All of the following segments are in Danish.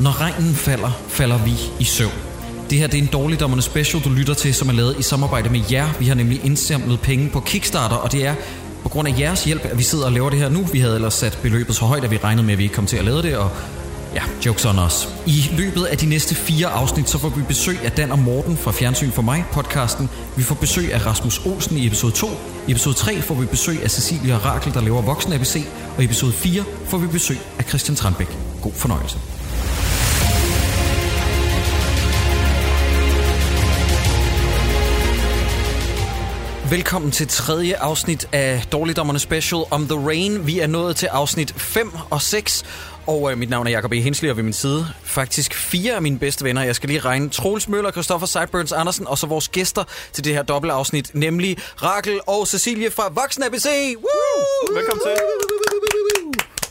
Når regnen falder, falder vi i søvn. Det her det er en dårligdommerne special, du lytter til, som er lavet i samarbejde med jer. Vi har nemlig indsamlet penge på Kickstarter, og det er på grund af jeres hjælp, at vi sidder og laver det her nu. Vi havde ellers sat beløbet så højt, at vi regnede med, at vi ikke kom til at lave det, og Ja, jokes on os. I løbet af de næste fire afsnit, så får vi besøg af Dan og Morten fra Fjernsyn for mig, podcasten. Vi får besøg af Rasmus Olsen i episode 2. I episode 3 får vi besøg af Cecilia Rakel, der laver Voksen ABC. Og i episode 4 får vi besøg af Christian Tranbæk. God fornøjelse. Velkommen til tredje afsnit af Dårligdommerne Special om The Rain. Vi er nået til afsnit 5 og 6, og øh, mit navn er Jacob E. Hensley, og ved min side faktisk fire af mine bedste venner. Jeg skal lige regne Troels Møller, Christoffer Seiburns Andersen, og så vores gæster til det her dobbeltafsnit, nemlig Rakel og Cecilie fra Voksen ABC. Woo! Velkommen til.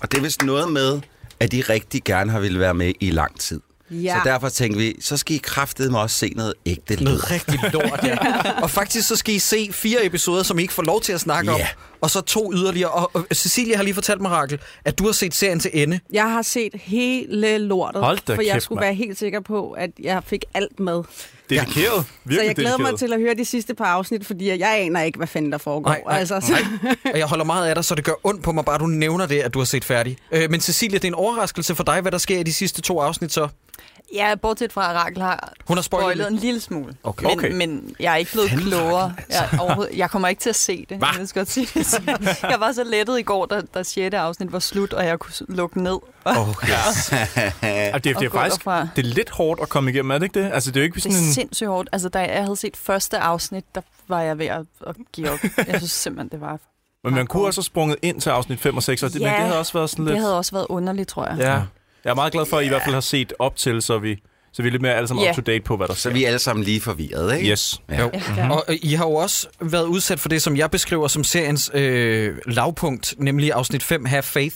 Og det er vist noget med, at de rigtig gerne har ville være med i lang tid. Ja. Så derfor tænkte vi, så skal I kraftedeme også se noget ægte lyd. Noget rigtig lort, ja. Og faktisk så skal I se fire episoder, som I ikke får lov til at snakke Ja. om, og så to yderligere. Og, og Cecilie har lige fortalt mig, Rakel, at du har set serien til ende. Jeg har set hele lortet, Hold da for jeg kæft, skulle mand. være helt sikker på, at jeg fik alt med. Dedikeret. Virkelig så jeg glæder dedikeret. mig til at høre de sidste par afsnit, fordi jeg aner ikke, hvad fanden der foregår. Nej, nej, altså, så, Og jeg holder meget af dig, så det gør ondt på mig, bare du nævner det, at du har set færdig. Øh, men Cecilia, det er en overraskelse for dig, hvad der sker i de sidste to afsnit så. Ja, bortset fra, at Rakel har Hun har spoilet spoilet det. en lille smule. Okay. Men, Okay. men jeg er ikke blevet Fanden, klogere. Jeg, overhovedet- jeg kommer ikke til at se det. Jeg, skal godt sige det. Så jeg var så lettet i går, da, da 6. afsnit var slut, og jeg kunne s- lukke ned. Og Okay. Altså, det, er, det er at gå faktisk derfra. det er lidt hårdt at komme igennem, er det ikke det? Altså, det er jo ikke det er sådan en... sindssygt hårdt. Altså, da jeg havde set første afsnit, der var jeg ved at, at give op. Jeg synes simpelthen, det var... Men man kunne også have sprunget ind til afsnit 5 og 6, og det, men Ja, det havde også været sådan lidt... Det havde også været underligt, tror jeg. Ja. Jeg er meget glad for, at I i hvert fald har set op til, så vi, så vi er lidt mere alle sammen Ja. up to date på, hvad der sker. Så vi er alle sammen lige forvirrede, ikke? Yes. Ja. Jo. Og øh, I har jo også været udsat for det, som jeg beskriver som seriens øh, lavpunkt, nemlig afsnit 5, Have Faith,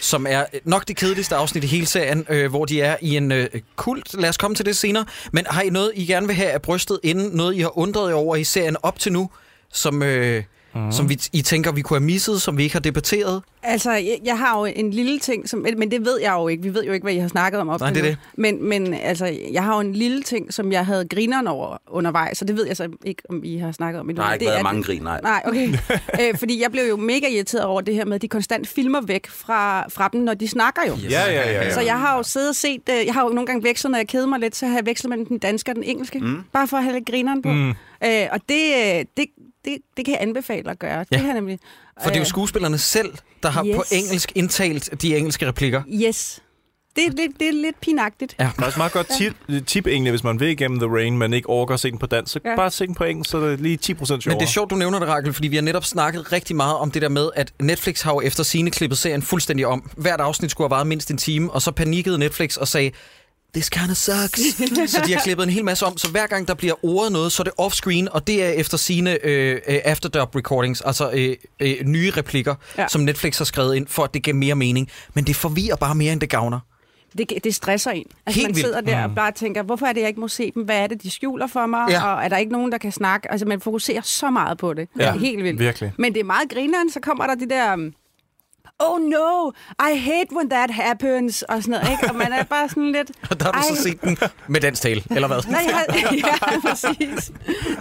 som er nok det kedeligste afsnit i hele serien, øh, hvor de er i en øh, kult. Lad os komme til det senere. Men har I noget, I gerne vil have af brystet inden? Noget, I har undret jer over i serien op til nu, som, øh, mm. som vi, I tænker, vi kunne have misset, som vi ikke har debatteret? altså, jeg, jeg har jo en lille ting, som, men det ved jeg jo ikke. Vi ved jo ikke, hvad I har snakket om op Nej, til det er nu. Men, men altså, jeg har jo en lille ting, som jeg havde grineren over undervejs, så det ved jeg så ikke, om I har snakket om endnu. Nej, Men ikke det været er- mange grin, nej. Nej, okay. Æ, fordi jeg blev jo mega irriteret over det her med, at de konstant filmer væk fra, fra dem, når de snakker jo. Ja, ja, ja. ja. Så Altså, Øhm. jeg har jo siddet og set, øh, jeg har jo nogle gange vekslet, når jeg keder mig lidt, så har jeg vekslet mellem den danske og den engelske, mm. bare for at have lidt grineren på. Mm. Øh, og det, øh, det, det, det kan jeg anbefale at gøre. Ja. Det her nemlig. For det er jo Øh, skuespillerne selv, der har yes. yes. på engelsk indtalt de engelske replikker. Yes. Det er lidt, det er lidt pinagtigt. Ja. Der er også meget godt tip, tip egentlig, hvis man vil igennem The Rain, men ikke overgår at se den på dansk, så ja. Ja. bare se den på engelsk, så er det lige 10 procent sjovere. Men det er sjovt, du nævner det, Rakel, fordi vi har netop snakket rigtig meget om det der med, at Netflix har jo efter sine klippet serien fuldstændig om. Hvert afsnit skulle have varet mindst en time, og så panikkede Netflix og sagde, this kind of sucks. så de har klippet en hel masse om, så hver gang der bliver ordet noget, så er det off-screen, og det er efter sine øh, øh, afterdub recordings, altså øh, øh, nye replikker, ja. Ja. som Netflix har skrevet ind, for at det giver mere mening. Men det forvirrer bare mere, end det gavner. Det, det stresser en. Altså, Helt man vildt. Mm. sidder der og bare tænker, hvorfor er det, jeg ikke må se dem? Hvad er det, de skjuler for mig? Ja. Ja. Og er der ikke nogen, der kan snakke? Altså, man fokuserer så meget på det. Ja, Ja. Helt vildt. virkelig. Men det er meget grineren, så kommer der de der... um, Oh no, I hate when that happens, og sådan noget, ikke? Og man er bare sådan lidt... Og der har du så set den med dansk tale, eller hvad? Nej, jeg, ja, præcis.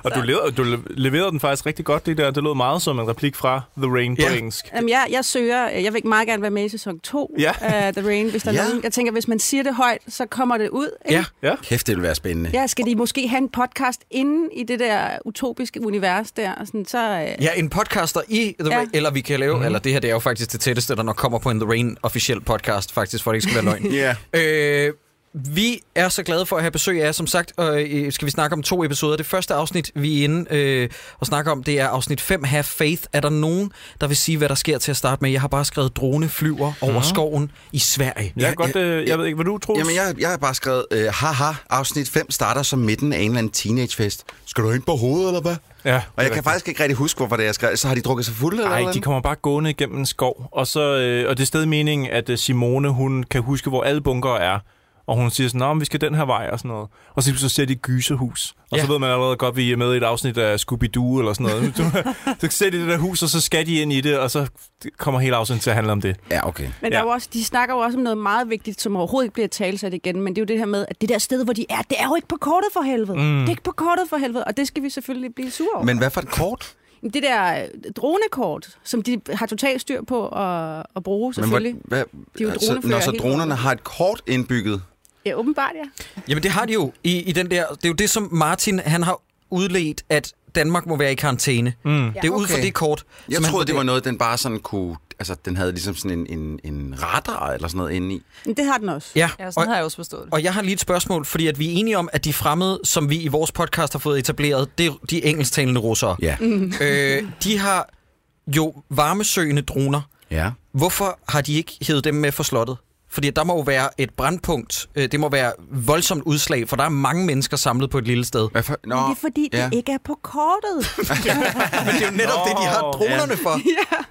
Og du, leverede, du le- leverede den faktisk rigtig godt, det der. Det lød meget som en replik fra The Rain på Ja. engelsk. Jamen, jeg, jeg søger, jeg vil ikke meget gerne være med i sæson 2 Ja. af The Rain, hvis der ja. Ja. er nogen. Jeg tænker, hvis man siger det højt, så kommer det ud. Ikke? Ja. Ja. Kæft, det vil være spændende. Ja, skal de måske have en podcast inden i det der utopiske univers der? og Sådan, så, øh, Ja, en podcaster i The Ja. Rain, eller vi kan lave, mm. eller det her det er jo faktisk det tætteste, der nok kommer på en The Rain officiel podcast, faktisk, for at det ikke skal være løgn. Ja. øh, vi er så glade for at have besøg af jer, som sagt, og øh, skal vi snakke om to episoder. Det første afsnit, vi er inde øh, og snakker om, det er afsnit 5, Have Faith. Er der nogen, der vil sige, hvad der sker til at starte med? Jeg har bare skrevet drone flyver over skoven i Sverige. Jeg, kan godt, øh, jeg ved ikke, hvad du tror. Jamen, jeg, jeg har bare skrevet, øh, haha, afsnit 5 starter som midten af en eller anden teenagefest. Skal du ind på hovedet, eller hvad? Ja, Og det er jeg kan rigtigt. faktisk ikke rigtig huske, hvorfor det er, jeg skrev. Så har de drukket sig fulde, eller Nej, hvad? de kommer bare gående igennem en skov. Og, så, øh, og det er stadig meningen, at øh, Simone hun kan huske, hvor alle bunker er. Og hun siger sådan, "Nå, men vi skal den her vej og sådan noget. Og så, så ser de et gyserhus. Og ja. så Ja. ved man allerede godt, at vi er med i et afsnit af Scooby-Doo eller sådan noget. så ser de det der hus, og så skal de ind i det, og så kommer hele afsnittet til at handle om det. Ja, okay. Men ja. der Ja. er jo også, de snakker jo også om noget meget vigtigt, som overhovedet ikke bliver talsat igen, men det er jo det her med, at det der sted, hvor de er, det er jo ikke på kortet for helvede. Mm. Det er ikke på kortet for helvede, og det skal vi selvfølgelig blive sure over. Men hvad for et kort? Men det der øh, dronekort, som de har totalt styr på at, at bruge, Men hvor- selvfølgelig. Men, hvad, De er jo altså, dronefører når så hele dronerne året. har et kort indbygget, ja, åbenbart, ja. Jamen det har de jo i, i den der... Det er jo det, som Martin han har udledt, at Danmark må være i karantæne. Mm. Det er ja, okay. ud fra okay. det kort. Jeg som han troede, det var vurderer- noget, den bare sådan kunne... Altså, den havde ligesom sådan en, en, en radar eller sådan noget inde i. Men det har den også. Ja, Ja, og, sådan har jeg også forstået det. og jeg har lige et spørgsmål, fordi at vi er enige om, at de fremmede, som vi i vores podcast har fået etableret, det er de engelsktalende russere. Ja. Mhm. øh, de har jo varmesøgende droner. Ja. Hvorfor har de ikke hævet dem med for slottet? Fordi der må jo være et brandpunkt. Øh, Det må være voldsomt udslag, for der er mange mennesker samlet på et lille sted. Hvad for, nå, Men det er fordi, det ja. ikke er på kortet. Men det er jo netop det, de har dronerne for.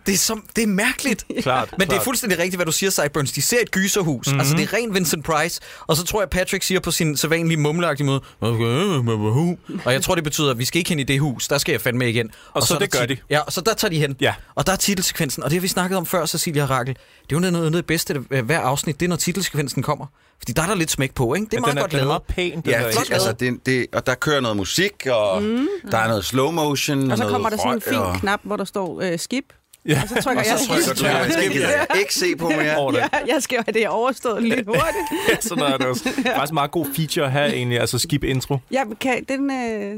Det er, som, det er mærkeligt. Klart. Men det er klart. Mhm. fuldstændig rigtigt, hvad du siger, Sideburns. De ser et gyserhus. Mm-hmm. Altså, det er ren Vincent Price. Og så tror jeg, Patrick siger på sin sædvanlige mumleagtige måde, og jeg tror, det betyder, at vi skal ikke hen i det hus. Der skal jeg fandme igen. Og, så er der det gør tit- de. Ja, og så der tager de hen. Ja. Og der er titelsekvensen. Og det har vi snakket om før, Cecilia Rakel. Det er jo noget noget af det bedste øh, hver afsnit, det er, når titelsekvensen kommer. Fordi der er der lidt smæk på, ikke? Det er Men meget den er, godt den er lavet. meget pæn, den Ja, der. flot det, lavet. altså, det, det, og der kører noget musik, og mm. der er noget slow motion. Mhm. og så noget kommer der sådan en røg, fin og- knap, hvor der står øh, skip. Ja. Og så trykker Og jeg så trykker du, ja, det gider jeg ikke se på mere. over det. Ja, jeg skal jo have det overstået lidt hurtigt. Ja, sådan er det også. Faktisk en meget god feature her egentlig, altså skip intro. Jeg kan, den, øh,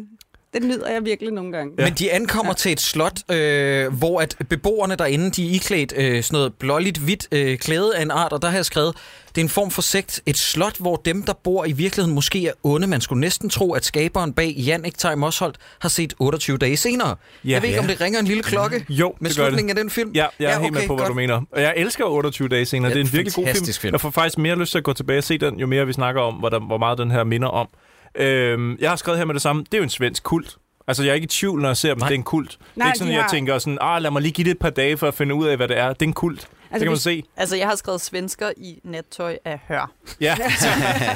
den nyder jeg virkelig nogle gange. Ja. Men de ankommer ja. til et slot, øh, hvor at beboerne derinde, de er iklædt øh, sådan noget blåligt hvidt øh, klæde af en art, og der har jeg skrevet, det er en form for sekt. Et slot, hvor dem, der bor i virkeligheden, måske er onde. Man skulle næsten tro, at skaberen bag Jannik Time Osholdt har set 28 dage senere. Ja, Ja. jeg ved ikke, om Ja. det ringer en lille klokke Jo, det gør med det. slutningen af den film. Ja, jeg er ja, helt med på, hvad godt. du mener. Og jeg elsker 28 dage senere. Ja, det er en virkelig god film. fantastisk film. Jeg får faktisk mere lyst til at gå tilbage og se den, jo mere vi snakker om, hvor, der, hvor meget den her minder om. Øhm, jeg har skrevet her med det samme. Det er jo en svensk kult. Altså, jeg er ikke i tvivl, når jeg ser dem. Nej. Det er en kult. det er Nej, ikke sådan, de at jeg har- tænker sådan, ah, lad mig lige give det et par dage for at finde ud af, hvad det er. Det er en kult. Altså, det kan man hvis- se. Altså, jeg har skrevet svensker i nattøj af hør. Ja.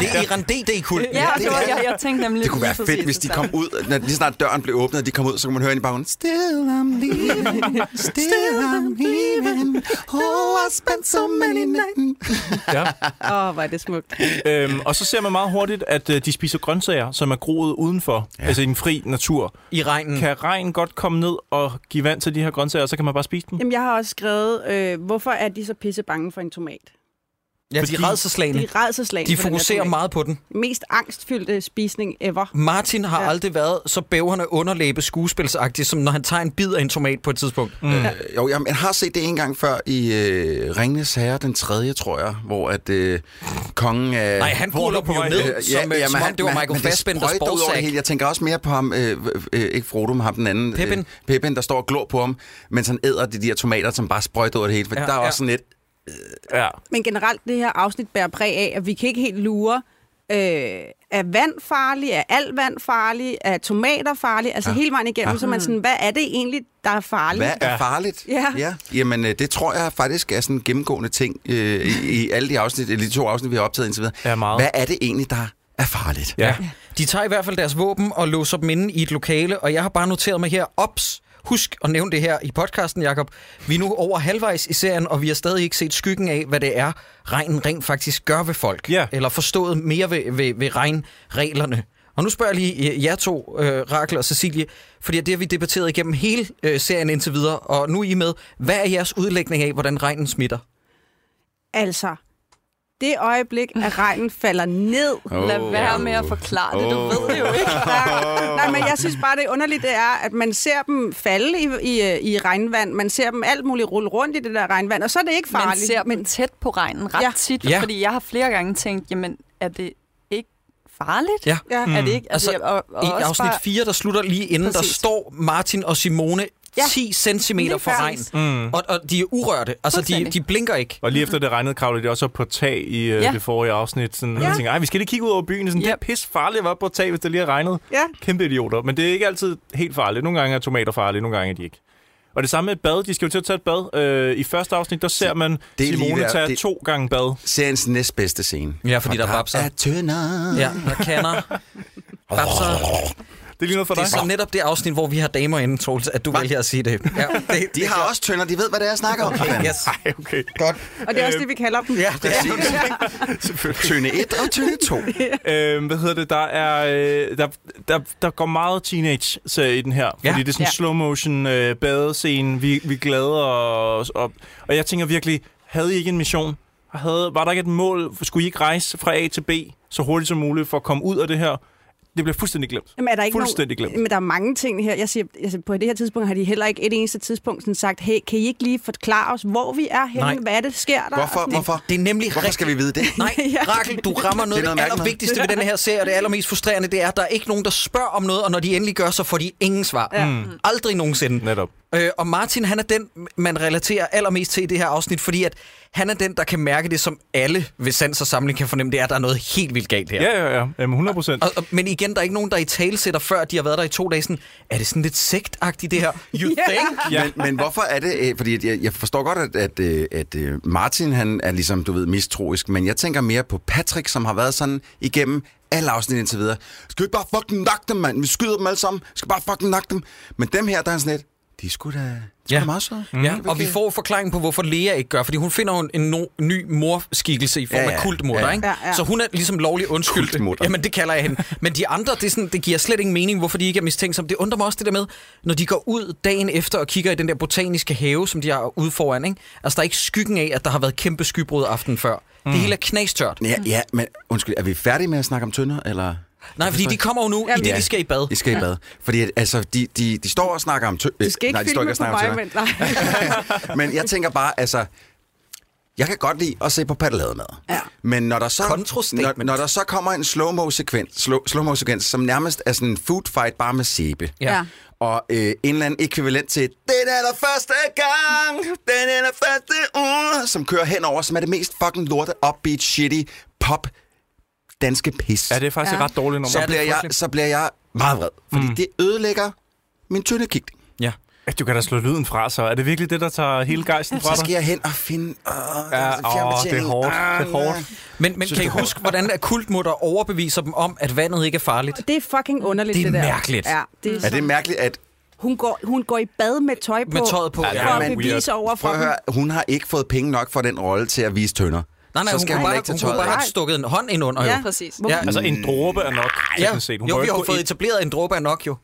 Det er Iran DD-kulten. Ja, det var, jeg, jeg tænkte nemlig Det kunne være lige præcis fedt, hvis de det kom samme. ud, når lige snart døren blev åbnet, og de kom ud, så kunne man høre ind i baggrunden, Still I'm leaving, still I'm leaving, oh, I spent so many nights. ja. Åh, oh, hvor er det smukt. Øhm, og så ser man meget hurtigt, at øh, de spiser grøntsager, som er groet udenfor. Ja. Altså i den fri natur. I regnen. Kan regn godt komme ned og give vand til de her grøntsager, og så kan man bare spise dem? Jamen, jeg har også skrevet, øh, hvorfor er de så pisse bange for en tomat? Ja, de fordi- er De redselslagende. er redselslagende De for den her fokuserer tomat. meget på den. Mest angstfyldte spisning ever. Martin har ja. Ja. aldrig været så bæverne underlæbe skuespilsagtig, som når han tager en bid af en tomat på et tidspunkt. Øh, Jo, jamen, jeg har set det en gang før i øh, Ringnes Herre, den tredje, tror jeg, hvor at øh, kongen Øh, af... Nej, han ruller på vej ned, ned? ned som, ja, som om det var Michael Fassbenders det borgsag. hele. Jeg tænker også mere på ham, øh, øh, ikke Frodo, men ham den anden. Pippin. Øh, Pippin, der står og glor på ham, mens han æder de der tomater, som bare sprøjter over det hele. For Ja, ja, der er ja. ja. også sådan lidt... Ja. Men generelt, det her afsnit bærer præg af, at vi kan ikke helt lure, øh, er vand farlig, er alt vand farlig, er tomater farlig? Altså Ja. ja. hele vejen igennem, Ja. ja. så er man sådan, hvad er det egentlig, der er farligt? Hvad er farligt? Ja. ja. Jamen, øh, det tror jeg faktisk er sådan en gennemgående ting øh, i, i alle de afsnit, eller de to afsnit, vi har optaget indtil videre. Ja, meget. Hvad er det egentlig, der er farligt? Ja. De tager i hvert fald deres våben og låser dem inde i et lokale, og jeg har bare noteret mig her, ops, husk at nævne det her i podcasten, Jakob. Vi er nu over halvvejs i serien, og vi har stadig ikke set skyggen af, hvad det er, regnen rent faktisk gør ved folk. Ja. Eller forstået mere ved, ved, ved regnreglerne. Og nu spørger jeg lige øh, jer to, øh, Rakel og Cecilie, fordi det har vi debatteret igennem hele øh, serien indtil videre, og nu er I med. Hvad er jeres udlægning af, hvordan regnen smitter? Altså, det øjeblik, at regnen falder ned. Lad være med at forklare det, du ved det jo ikke. Nej, nej, men jeg synes bare, det underlige det er, at man ser dem falde i, i, øh, i regnvand. Man ser dem alt muligt rulle rundt i det der regnvand, og så er det ikke farligt. Man ser dem tæt på regnen ret Ja. ja. tit, Ja. ja. fordi jeg har flere gange tænkt, jamen, er det ikke farligt? Ja. Ja. Er det ikke? Altså, og, og I også afsnit 4, der slutter lige inden, Præcis. der Præcis. står Martin og Simone Ja. 10 cm Lige fra regn. præcis. Mm. Og, og de er urørte. Altså, de, Fuldstændig. de blinker ikke. Og lige efter det regnede, kravlede de også op på tag i øh, Ja. det forrige afsnit. Sådan, ja. Ja. Jeg tænkte, Ej, vi skal lige kigge ud over byen. Sådan, yep. Det er Yep. pis farligt at være oppe på tag, hvis det lige har regnet. Ja. Kæmpe idioter. Men det er ikke altid helt farligt. Nogle gange er tomater farlige, nogle gange er de ikke. Og det samme med et bad. De skal jo til at tage et bad. Øh, I første afsnit, der ser man det er lige Simone der- tage det- to gange bad. Seriens næstbedste scene. Ja, fordi Og der er babser. er tønder. Ja, der kanner. Babser. Det er lige noget for Det dig. er som netop det afsnit, hvor vi har damer inden, Troels, at du vælger at sige det. Ja, det, De har også tønder, de ved, hvad det er, jeg snakker om. Yes. Ej, okay. Og det er også det, vi kalder dem. Ja, det er Tønde 1 og tønde 2. Øh, hvad hedder det? Der, er, øh, der, der, der går meget teenage så, i den her. Ja. Fordi det er sådan Ja. ja. slow motion øh, badescene. Vi, vi glæder os op. Og jeg tænker virkelig, havde I ikke en mission? Havde, var der ikke et mål? Skulle I ikke rejse fra A til B så hurtigt som muligt for at komme ud af det her? Det bliver fuldstændig glemt. Jamen, er der ikke Fuldstændig nogen, glemt. Men der er mange ting her. Jeg siger, altså, på det her tidspunkt har de heller ikke et eneste tidspunkt sådan sagt, hey, kan I ikke lige forklare os, hvor vi er henne? Nej. Hvad er det, der sker der? Hvorfor? Og sådan- Hvorfor? Det er nemlig Hvorfor skal vi vide det? Nej, Ja. Rakel, du rammer noget, Det noget er noget det mærkeligt allervigtigste ved den her serie, og det allermest frustrerende, det er, at der er ikke nogen, der spørger om noget, og når de endelig gør, så får de ingen svar. Ja. Mm. Aldrig nogensinde. Netop. Øh, og Martin, han er den, man relaterer allermest til i det her afsnit, fordi at han er den, der kan mærke det, som alle ved sans og samling kan fornemme, det er, at der er noget helt vildt galt her. Ja, ja, ja. Jamen, 100 procent. Og, og, men igen, der er ikke nogen, der i tale sætter før, de har været der i to dage, sådan, er det sådan lidt sektagtigt det her? You Ja. think? Ja. Men, men hvorfor er det? øh, Fordi at jeg, jeg forstår godt, at, at, øh, at øh, Martin han er ligesom, du ved, mistroisk, men jeg tænker mere på Patrick, som har været sådan igennem alle afsnit indtil videre. Skal vi ikke bare fucking nakke dem, mand? Vi skyder dem alle sammen. Vi skal bare fucking nakke dem. Men dem her, der er sådan lidt, de er sgu da, de er sgu Ja. da meget søde. Ja, og vi får forklaringen på, hvorfor Lea ikke gør, fordi hun finder jo en, en no, ny morskikkelse i form ja, Ja, ja, ja. af kultmutter, Ja, ja, ja. ikke? Ja, ja. Så hun er ligesom lovlig undskyldt. Kultmutter. Jamen, det kalder jeg hende. Men de andre, det, er sådan, det giver slet ingen mening, hvorfor de ikke er mistænksomme. Det undrer mig også det der med, når de går ud dagen efter og kigger i den der botaniske have, som de har ude foran, ikke? Altså, der er ikke skyggen af, at der har været kæmpe skybrud aften før. Mm. Det hele er knastørt. Ja, ja, men undskyld, er vi færdige med at snakke om tønder, eller? Nej, fordi de kommer jo nu, i Jamen, det, ja. de skal i bad. I skal i bad. Fordi at, altså, de, de, de står og snakker om tønder. Du skal ikke Nej, de står filme ikke og på snakker om mig, tønder. men nej. Men jeg tænker bare, altså... Jeg kan godt lide at se på paddelademad. Ja. Men når der, så, når, Kontrastatement. når der så kommer en slow-mo-sekvens, slow, slow-mo-sekvens, som nærmest er sådan en food fight bare med sæbe, Ja. Ja. og øh, en eller anden ekvivalent til, den er der første gang, den er der første uge, som kører henover, som er det mest fucking lorte, upbeat, shitty, pop, danske pis. Ja, det er faktisk ja. Ja. et ret dårligt nummer. så, Ja, det er bliver jeg, frygteligt. så bliver jeg meget vred, fordi mm. det ødelægger min tynde kig. Ja. Ja, Du kan da slå lyden fra, så er det virkelig det, der tager hele gejsten fra Så skal dig? jeg hen og finde... Åh, Ja, åh, det er fjernbetjening. hårdt. Ah, Det er hårdt. Men, men kan I huske, hvordan akkultmutter overbeviser dem om, at vandet ikke er farligt? Det er fucking underligt, Det det, er der. mærkeligt. Ja, det er, Er det mærkeligt, at Hun, går, hun går i bad med tøj på, Med tøjet på. for Ja, at men- bevise over for prøv at dem. høre, hun har ikke fået penge nok for den rolle til at vise tønder. Nej, nej, så hun skal kunne bare, ikke tage hun kunne tøjet bare af. have stukket en hånd ind under, Ja. jo. Præcis. Ja. Altså, en dråbe er nok, teknisk set. Hun jo, må vi ikke har gå jo fået ind- etableret en dråbe af nok, jo.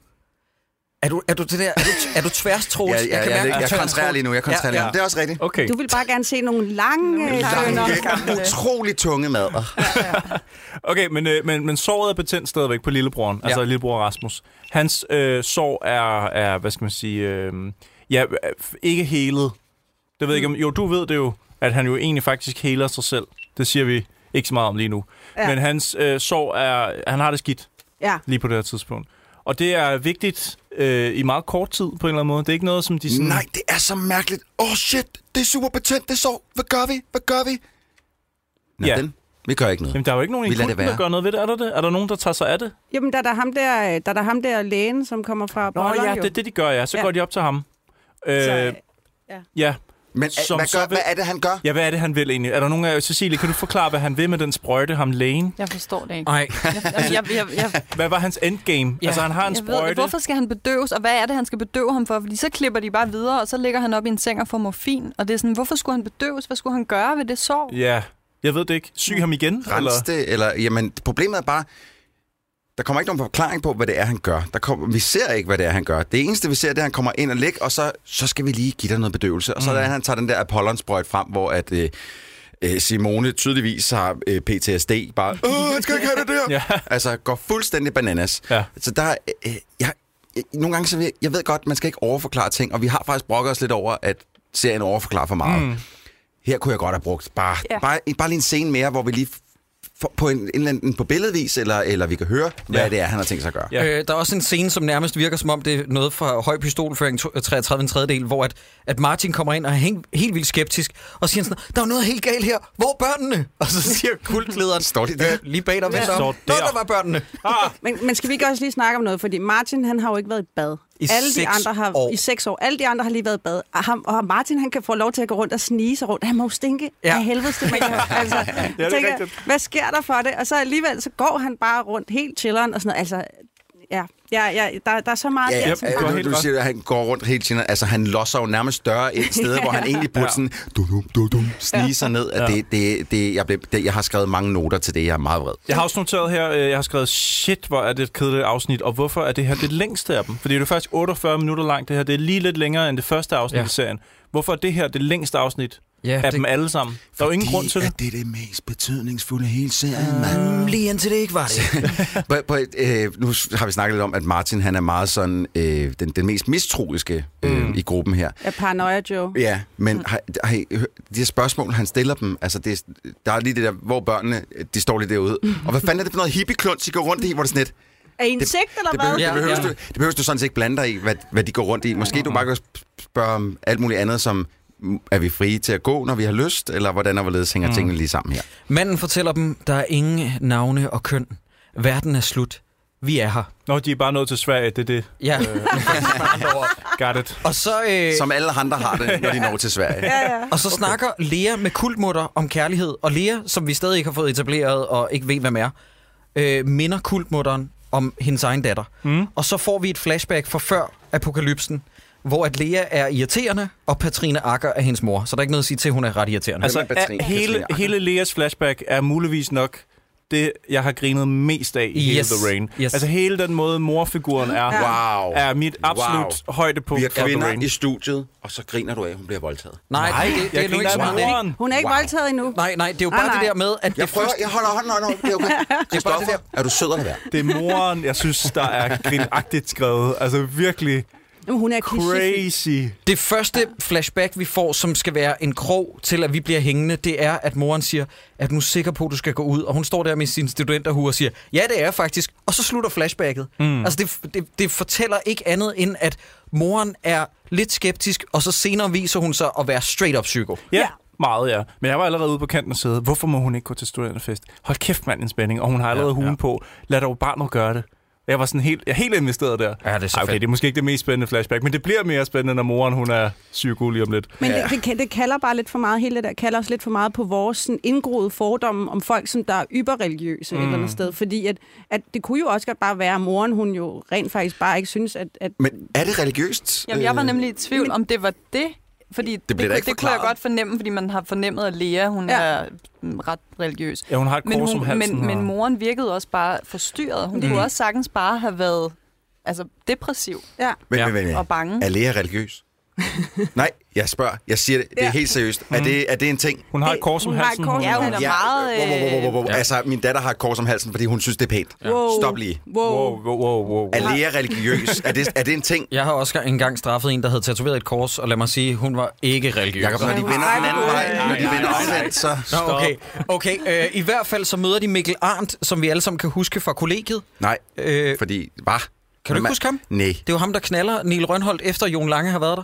Er du, er du det der? Er du, er du tværs, Troels? Ja, ja, ja, jeg, jeg, tværs- koncentrerer lige nu, jeg koncentrerer lige Ja, nu. ja. Det er også rigtigt. Okay. Du vil bare gerne se nogle lange øh, tønder. Lange, utrolig tunge mader. Okay, men, øh, men, men såret er betændt stadigvæk på lillebroren, ja. altså Ja. lillebror Rasmus. Hans øh, sår er, er, hvad skal man sige, øh, ja, øh, ikke helet. Det ved jeg ikke, om, jo, du ved det jo, at han jo egentlig faktisk heler sig selv. Det siger vi ikke så meget om lige nu. Ja. Ja. Men hans øh, sår er, han har det skidt Ja. lige på det her tidspunkt. Og det er vigtigt øh, i meget kort tid på en eller anden måde. Det er ikke noget, som de sådan... Nej, det er så mærkeligt. Åh oh, shit, det er super betændt, det sår. Hvad gør vi? Hvad gør vi? Nå, Ja. ja. den. Vi gør ikke noget. Jamen, der er jo ikke nogen i Vi lader det kulten, der være. gør noget ved det. Er der det? Er der nogen, der tager sig af det? Jamen, der er der ham der, øh, der, er der ham der lægen, som kommer fra Nå Boller, ja, jo. det er det, de gør, ja. Så ja. Ja. går de op til ham. Øh, Så, ja. ja. ja. Men Som Som hvad, så gør, vil- hvad er det, han gør? Ja, hvad er det, han vil egentlig? Er der nogen af Cecilie, kan du forklare, hvad han vil med den sprøjte, ham lægen? Jeg forstår det ikke. Nej, Jeg, jeg, jeg, jeg, jeg, Hvad var hans endgame? Ja. Ja. Altså, han har en jeg ved, sprøjte. hvorfor skal han bedøves, og hvad er det, han skal bedøve ham for? Fordi så klipper de bare videre, og så ligger han op i en seng og får morfin. Og det er sådan, hvorfor skulle han bedøves? Hvad skulle han gøre ved det sår? Ja, jeg ved det ikke. Syg ham igen? Rens det, eller... Jamen, problemet er bare... Der kommer ikke nogen forklaring på, hvad det er, han gør. Der kommer, vi ser ikke, hvad det er, han gør. Det eneste, vi ser, det er, at han kommer ind og ligger, og så, så skal vi lige give dig noget bedøvelse. Og Mm. så er det, at han tager den der Apollon-sprøjt frem, hvor at, øh, øh, Simone tydeligvis har øh, PTSD. Bare, Åh, han skal ikke have det der! Ja. Altså, går fuldstændig bananas. Ja. Så der, er, øh, jeg, jeg, nogle gange, så vil, jeg ved godt, man skal ikke overforklare ting, og vi har faktisk brokket os lidt over, at serien overforklarer for meget. Mm. Her kunne jeg godt have brugt bare, ja. Ja. bare, bare lige en scene mere, hvor vi lige f- f- på en, en eller anden, på billedvis, eller, eller vi kan høre, hvad Ja. ja. det er, han har tænkt sig at gøre. Ja. Ja. øh, der er også en scene, som nærmest virker som om, det er noget fra Høj Pistolføring to- 33 en tredjedel, hvor at, at Martin kommer ind og er helt, helt vildt skeptisk, og siger sådan, der er jo noget helt galt her, hvor er børnene? Og så siger kultlederen, Står de der? øh, lige bag dig, ja. Står der. Nå, der. der var børnene. Ah, Men, men skal vi ikke også lige snakke om noget? Fordi Martin, han har jo ikke været i bad. I alle de seks andre har år. i seks år. Alle de andre har lige været i bad. Og, ham, og Martin, han kan få lov til at gå rundt og snige sig rundt. Han må jo stinke Ja. ja. af helvedes til. altså, det er jeg tænker, rigtigt. Hvad sker der for det? Og så alligevel, så går han bare rundt helt chilleren og sådan noget. Altså, ja, ja, ja der, der er så meget Ja, der. ja, som- det går ja, helt du, du godt. siger, at han går rundt helt tiden. Altså, han losser jo nærmest døre et sted, hvor han egentlig burde sådan du, du, du, du, snige sig ned. At det, det, det, jeg, blev, det, jeg har skrevet mange noter til det, jeg er meget vred. Jeg har også noteret her, øh, jeg har skrevet, shit, hvor er det et kedeligt afsnit, og hvorfor er det her det længste af dem? Fordi det er jo faktisk 48 minutter langt, det her. Det er lige lidt længere end det første afsnit Ja. ja. i serien. Hvorfor er det her det længste afsnit Ja, ja, af det- det... dem alle sammen? Der er jo ingen grund til det. det er det mest betydningsfulde hele serien, mand. Lige indtil det ikke var det. på, på et, øh, nu har vi snakket lidt om, at Martin han er meget sådan øh, den, den mest mistroiske øh, mm. i gruppen her. Ja, paranoia Joe. Ja, men har, har I hørt- de her spørgsmål, han stiller dem, altså det, er- der er lige det der, hvor børnene, øh, de står lige derude. Og hvad fanden er det for noget hippiekluns, de går rundt i, hvor det er sådan lidt, Er I insekt, eller det, hvad? behøver, det, behøver, du, det behøver du sådan set ikke blande dig i, hvad, hvad de går rundt i. Måske du bare kan sp- spørge om alt muligt andet, som mm, er vi frie til at gå, når vi har lyst, eller hvordan og hvorledes hænger mm. tingene lige sammen her. Manden fortæller dem, der er ingen navne og køn. Verden er slut. Vi er her. Nå, de er bare nået til Sverige, det er det. Ja. Got it. Øh, og så, øh, Som alle andre har det, når de når til Sverige. og så okay. snakker Lea med kultmutter om kærlighed. Og Lea, som vi stadig ikke har fået etableret og ikke ved, hvem er, øh, minder kultmutteren om hendes egen datter. Mm. Og så får vi et flashback fra før apokalypsen, hvor at Lea er irriterende, og Patrine Akker er hendes mor. Så der er ikke noget at sige til, at hun er ret irriterende. Altså, er Patrine? er, hele, Katrine hele Leas flashback er muligvis nok det, jeg har grinet mest af i Yes, hele The Rain. yes. Altså hele den måde, morfiguren er, Wow. er mit absolut wow. højdepunkt Vi er af The kvinder Rain. i studiet, og så griner du af, at hun bliver voldtaget. nej, nej, det, det jeg er nu griner ikke så af meget. det. moren. Hun er ikke Wow. wow. voldtaget endnu. Nej, nej, det er jo Nej, bare nej, det nej. der med, at Jeg det prøver, første... jeg holder hånden over, det er okay. Christoffer, er du sød eller hvad? Det er moren, jeg synes, der er grinagtigt skrevet. Altså virkelig Jamen, hun er crazy. crazy. Det første flashback, vi får, som skal være en krog til, at vi bliver hængende, det er, at moren siger, at du er sikker på, at du skal gå ud. Og hun står der med sin studenterhue og siger, ja, det er jeg faktisk. Og så slutter flashbacket. Mm. Altså, det, det, det fortæller ikke andet end, at moren er lidt skeptisk, og så senere viser hun sig at være straight up psyko. Ja, Ja. meget ja. Men jeg var allerede ude på kanten og sidde, hvorfor må hun ikke gå til studenterfest? Hold kæft, mand, en spænding. Og hun har allerede ja, hugen ja. på. Lad dog barnet gøre det. Jeg var sådan helt, jeg er helt investeret der. Ja, det er så Ej, okay, fedt. det er måske ikke det mest spændende flashback, men det bliver mere spændende, når moren hun er psyko lige om lidt. Men det, det, kan- det kalder bare lidt for meget, hele det der kalder også lidt for meget på vores sådan, indgroede fordomme om folk, som der er yberreligiøse mm. et eller andet sted. Fordi at, at det kunne jo også godt bare være, at moren hun jo rent faktisk bare ikke synes, at... at Men er det religiøst? Jamen, jeg var Øh, nemlig i tvivl, om det var det. Fordi bliver det, da kunne- ikke det kunne jeg forklaret. godt fornemme, fordi man har fornemmet, at Lea, hun ja. Ja. er mm, ret religiøs. Ja, hun har et Men, kors om hun, halsen. men, men og- moren virkede også bare forstyrret. Hun mm. kunne også sagtens bare have været altså, depressiv ja. Men, Ja. men, men, og bange. er Lea religiøs? Nej, jeg spørger. Jeg siger det. Det er Ja. helt seriøst. Er det, er det en ting? hun har et det- kors om hun har et halsen. kors om Ja, hun er Ja. meget... Wow, wow, wow, wow, Øh, wow. Altså, min datter har et kors om halsen, fordi hun synes, det er pænt. Wow. Stop lige. Wow. Wow, wow, wow, wow. Er Lea religiøs? Er det, er det en ting? Jeg har også engang straffet en, der havde tatoveret et kors, og lad mig sige, hun var ikke religiøs. Jakob, når de vender den anden vej, når de vender omvendt, så... Nå, okay. okay øh, I hvert fald så møder de Mikkel Arndt, som vi alle sammen kan huske fra kollegiet. Nej, Øh, fordi... Hvad? kan du ikke huske ham? Nej. Det er jo ham, der knaller Niel Rønholdt, efter Jon Lange har været der.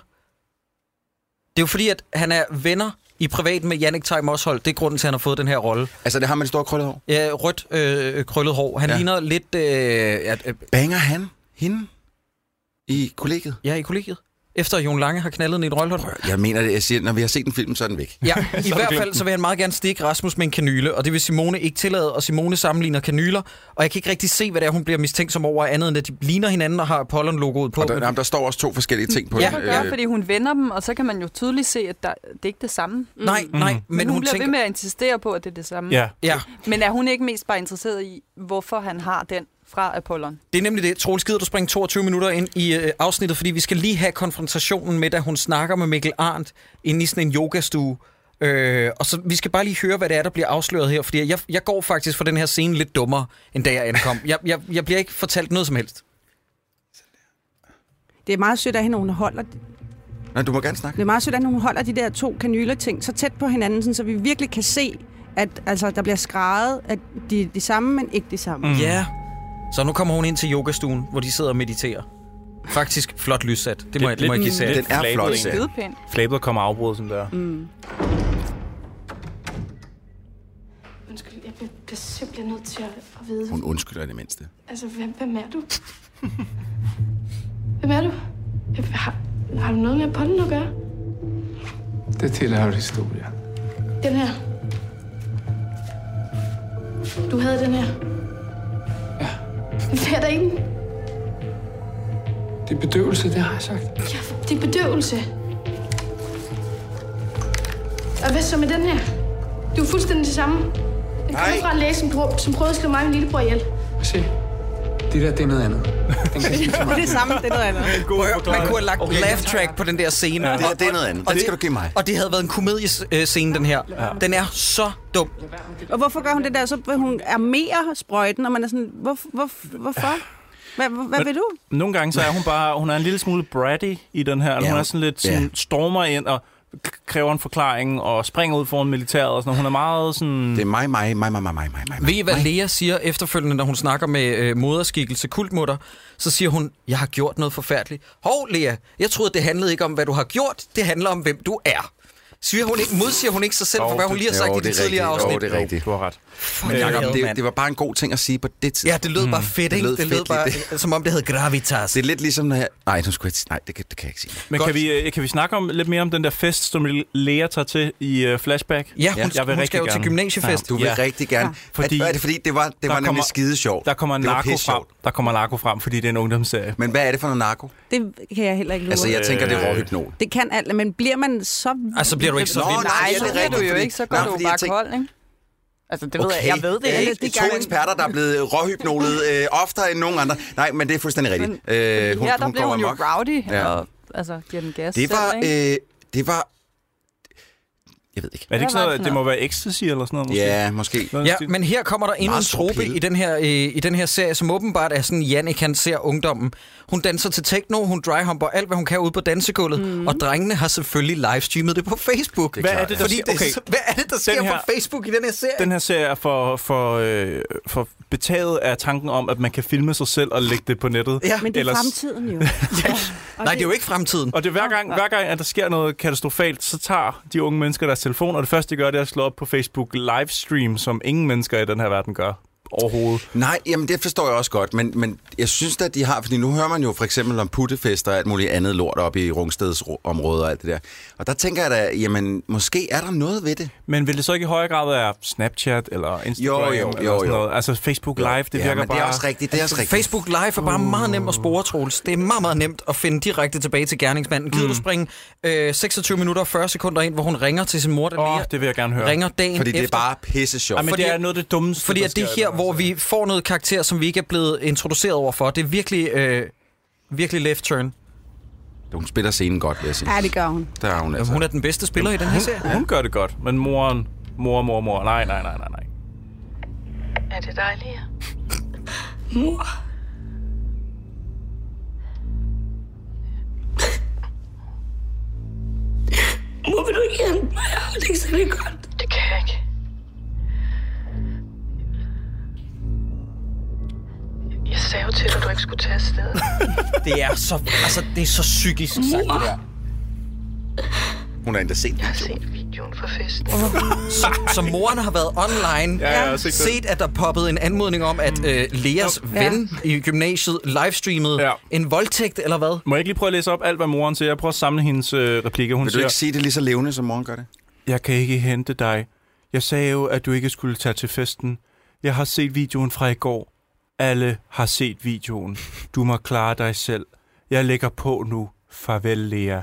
Det er jo fordi, at han er venner i privat med Jannik Tej Mosholdt. Det er grunden til, at han har fået den her rolle. Altså, det har man en stor krølle hår. Ja, rødt øh, krøllet hår. Han Ja. ja. ligner lidt... Øh, at, øh, Banger han hende i kollegiet? ja, i kollegiet. Efter Jon Lange har knaldet Niel Rønholdt. Jeg mener det, jeg siger, når vi har set en film, så er den væk. Ja, i hvert fald så vil han meget gerne stikke Rasmus med en kanyle, og det vil Simone ikke tillade, og Simone sammenligner kanyler, og jeg kan ikke rigtig se, hvad det er, hun bliver mistænkt som over, andet end at de ligner hinanden og har Apollon-logoet på. Og der, jamen, der står også to forskellige ting på Øh, Ja. den. øh, Ja, fordi hun vender dem, og så kan man jo tydeligt se, at der, det er ikke det samme. Men, Nej, nej, Mm. men, hun, hun bliver tænker... ved med at insistere på, at det er det samme. Ja. Ja, Men er hun ikke mest bare interesseret i, hvorfor han har den fra Apollon? Det er nemlig det. Troels, gider du springe 22 minutter ind i øh, afsnittet, fordi vi skal lige have konfrontationen med, da hun snakker med Mikkel Arndt inde i sådan en yogastue. Øh, og så vi skal bare lige høre, hvad det er, der bliver afsløret her, fordi jeg, jeg går faktisk for den her scene lidt dummere, end da jeg ankom. Jeg, jeg, jeg bliver ikke fortalt noget som helst. Det er meget sødt af hende, hun holder Nej, du må gerne snakke. Det er meget sødt, at hun holder de der to kanyler-ting så tæt på hinanden, sådan, så vi virkelig kan se, at altså, der bliver skrevet, at de er de samme, men ikke de samme. Mm. Ja. Yeah. Så nu kommer hun ind til yogastuen, hvor de sidder og mediterer. Faktisk flot lyssat. Det må, jeg, det må jeg give lidt- sig. Den er flot, Det Ikke er sandt. skidepænt. Flabet kommer afbrudt, sådan Mm. der. Undskyld, jeg bliver, bliver simpelthen nødt til at, at vide, Hun undskylder i det mindste. altså, hvem, hvem er du? hvem er du? Har, har du noget med ponden at gøre? Det tillhör historien. Den her. Du havde den her. Ja. Det er der ikke. Det är bedövelse, det har jag sagt. Ja, det er bedøvelse. Og hvad så med den her? Det er jo fuldstændig det samme. Den kommer Nej. fra en læge, som, prøv, som prøvede at slå mig og min lillebror ihjel. Se, det där det är något annat. Den kan inte Det er samme, det er noget andet. God Man kunne have lagt okay, laugh track på den der scene. Det, her, det er noget andet. Og det skal du give mig. Og det havde været en komediescene, den her. Den er så dum. Og hvorfor gør hun det der? Så vil hun armere sprøjten, og man er sådan, hvor, hvor, hvorfor? Hvad, hvad, hvad vil du? Nogle gange så er hun bare, hun er en lille smule bratty i den her. Ja, hun er sådan lidt sådan, ja. ja. stormer ind og k- kræver en forklaring og springer ud foran militæret og sådan noget. Hun er meget sådan... Det er mig, mig, mig, mig, mig, mig, mig, mig. Ved I, hvad Lea siger efterfølgende, når hun snakker med øh, moderskikkelse kultmutter? Så siger hun, jeg har gjort noget forfærdeligt. Hov, Lea, jeg troede, det handlede ikke om, hvad du har gjort. Det handler om, hvem du er. Siger hun ikke, modsiger hun ikke sig selv for, Jo, hvad hun lige har sagt jo, i det de er tidligere rigtigt. Jo, afsnit? det er rigtigt. Du har ret. Men Øh, Jacob, Jacob, det, det var bare en god ting at sige på det tidspunkt. Ja, det lød bare fedt, Det ikke? lød Det lød fedt bare, lige som om det hed gravitas. Det er lidt ligesom, når jeg... Nej, nu skulle jeg ikke sige- Nej, det kan, det kan jeg ikke sige. Men Godt. kan vi, øh, kan vi snakke om lidt mere om den der fest, som Lea tager til i øh, Flashback? Ja, hun, Jeg vil hun rigtig skal jo til gerne. gymnasiefest. Du vil Ja. ja. rigtig gerne... Ja. Fordi, Fordi- hvad er det fordi? Det var, det Der var nemlig kommer- skide sjovt. Der kommer en Det var narko frem. pissesjovt. Der kommer narko frem, fordi det er en ungdomsserie. Men hvad er det for noget narko? Det kan jeg heller ikke lure. Altså, jeg tænker, det er råhypnol. Det kan alt, men bliver man så... Altså, bliver du ikke så Nå, vild? nej, Nej, ja, så det er bliver du rigtigt, jo fordi- ikke, så Nej, går du fordi jo jeg bare tænker- kold, ikke? Altså, det ved okay. jeg, jeg ved det Øh, ikke. Det er to eksperter, der er blevet råhypnolet øh, oftere end nogen andre. Nej, men det er fuldstændig rigtigt. Men- øh, Her der blev går hun jo amok. rowdy Ja. ja. og altså, giver den gas Det selv, var... ikke? Øh, det var... Jeg ved ikke. Er det ikke Hvad sådan var det noget, for det må være ecstasy eller sådan noget? måske? Ja, måske. Noget i Ja, den stil. men her kommer der endnu en Meget stor trope pille. i den, her, øh, i den her serie, som åbenbart er sådan, Jannik han ser ungdommen. Hun danser til techno, hun dryhumper alt, hvad hun kan ude på dansegulvet, mm. og drengene har selvfølgelig livestreamet det på Facebook. Det Hvad er det, der Fordi sker? det, okay. hvad er det, der sker her- på Facebook i den her serie? Den her serie er for, for, øh, for betaget af tanken om, at man kan filme sig selv og lægge det på nettet. Ja. Men det er Ellers- fremtiden jo. Nej, det er jo ikke fremtiden. Og det er hver gang, hver gang, at der sker noget katastrofalt, så tager de unge mennesker deres telefon, og det første, de gør, det er at slå op på Facebook livestream, som ingen mennesker i den her verden gør overhovedet. Nej, jamen det forstår jeg også godt, men, men jeg synes da, at de har, fordi nu hører man jo for eksempel om puttefester og alt muligt andet lort op i Rungsteds ro- område og alt det der. Og der tænker jeg da, jamen måske er der noget ved det. Men vil det så ikke i højere grad være Snapchat eller Instagram? Jo, jo, eller jo, sådan jo. noget? Altså Facebook Live, det ja, virker men det bare... Altså, er også rigtigt, det er også rigtigt. Facebook Live er bare meget nemt at spore, Troels. Det er meget, meget nemt at finde direkte tilbage til gerningsmanden. Gider du springe øh, 26 minutter og 40 sekunder ind, hvor hun ringer til sin mor, der Åh, lige det vil jeg gerne høre. ringer dagen Fordi efter. det er bare pisse sjovt. Ej, men fordi- det er noget af det dummeste, Fordi der at det sker i her, den hvor serie. vi får noget karakter, som vi ikke er blevet introduceret over for, det er virkelig, øh, virkelig left turn. Hun spiller scenen godt, vil jeg sige. Ja, det gør hun. Der er hun altså. Hun er den bedste spiller i den her serie. Hun gør det godt, men moren... Mor, mor, mor. Nej, nej, nej, nej, nej. Er det dig, Lea? Mor. Mor, vil du ikke hjælpe mig? Jeg har det ikke særlig godt. Det kan jeg ikke. Jeg sagde jo til dig, at du ikke skulle tage afsted. Det er så, altså, det er så psykisk sagt, det der. Hun er endda set. Jeg har set videoen fra festen. Så, så moren har været online, Ja, jeg har set Mm. det. set, at der poppede en anmodning om, at øh, Leas ven i gymnasiet livestreamede Ja. en voldtægt, eller hvad? Må jeg ikke lige prøve at læse op alt, hvad moren siger? Jeg prøver at samle hendes øh, replikker. Hun Vil du ikke siger, sige det lige så levende, som moren gør det? jeg kan ikke hente dig. Jeg sagde jo, at du ikke skulle tage til festen. Jeg har set videoen fra i går. Alle har set videoen. Du må klare dig selv. Jeg lægger på nu. Farvel, Lea.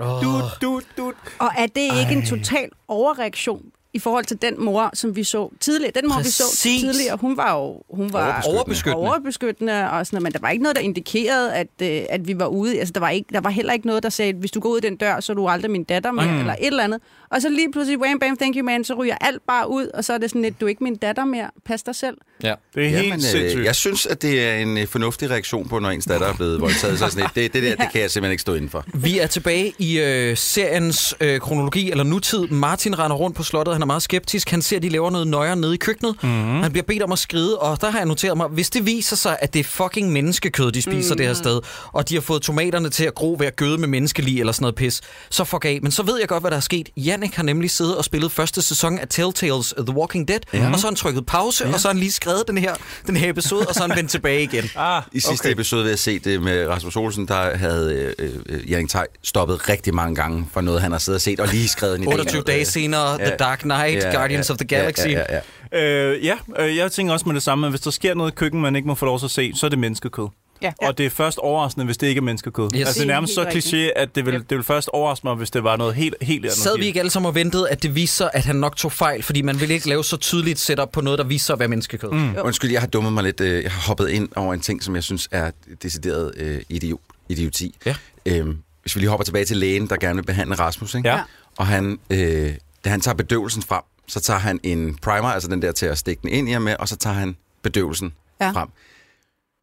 Oh. Du, du, du. Og er det ikke en total overreaktion i forhold til den mor, som vi så tidligere? Den mor, vi så Præcis. tidligere, hun var jo hun var Overbeskyttende. overbeskyttende og sådan noget, men der var ikke noget, der indikerede, at, øh, at vi var ude. Altså, der var, ikke, der var heller ikke noget, der sagde, hvis du går ud af den dør, så er du aldrig min datter mere, mm. eller et eller andet. Og så lige pludselig, wham, bam, thank you, man, så ryger alt bare ud, og så er det sådan lidt, du er ikke min datter mere, pas dig selv. Det er helt øh, sindssygt. jeg synes, at det er en øh, fornuftig reaktion på, når ens datter er blevet voldtaget. Så er sådan lidt, det, det der, det kan jeg simpelthen ikke stå indenfor. Vi er tilbage i øh, seriens øh, kronologi, eller nutid. Martin render rundt på slottet, han er meget skeptisk. Han ser, at de laver noget nøjere nede i køkkenet. Mhm. Mm-hmm. Han bliver bedt om at skride, og der har jeg noteret mig, hvis det viser sig, at det er fucking menneskekød, de spiser mm-hmm. det her sted, og de har fået tomaterne til at gro ved at gøde med menneskelig eller sådan noget pis, så fuck af. Men så ved jeg godt, hvad der er sket. uh, Jannik har nemlig siddet og spillet første sæson af Telltales The Walking Dead, mm-hmm. og så har han trykket pause, ja. og så har han lige skrevet redde den her, den her episode, og så er han vendt tilbage igen. Ah, I sidste okay. episode, ved jeg se det med Rasmus Olsen, der havde øh, øh, Jering Tej stoppet rigtig mange gange for noget, han har siddet og set, og lige skrevet en idé. 28 dage senere, The Dark Knight, Guardians of the Galaxy. Ja, ja, ja. Øh, ja, øh, jeg tænker også med det samme, at hvis der sker noget i køkken, man ikke må få lov til at se, så er det menneskekød. Ja. Og det er først overraskende, hvis det ikke er menneskekød. Yes. Altså det er nærmest Det så er helt kliché, at det vil, det vil først overraske mig, hvis det var noget helt, helt andet. Sad vi ikke alle sammen og ventede, at det viste sig, at han nok tog fejl, fordi man ville ikke lave så tydeligt setup på noget, der viste sig at være menneskekød. Mm. Undskyld, jeg har dummet mig lidt. Øh, Jeg har hoppet ind over en ting, som jeg synes er decideret øh, idiot, idioti. Ja. Øhm, hvis vi lige hopper tilbage til lægen, der gerne vil behandle Rasmus, ikke? Ja. og han, øh, da han tager bedøvelsen frem, så tager han en primer, altså den der til at stikke den ind i og med, og så tager han bedøvelsen ja. Ja. frem.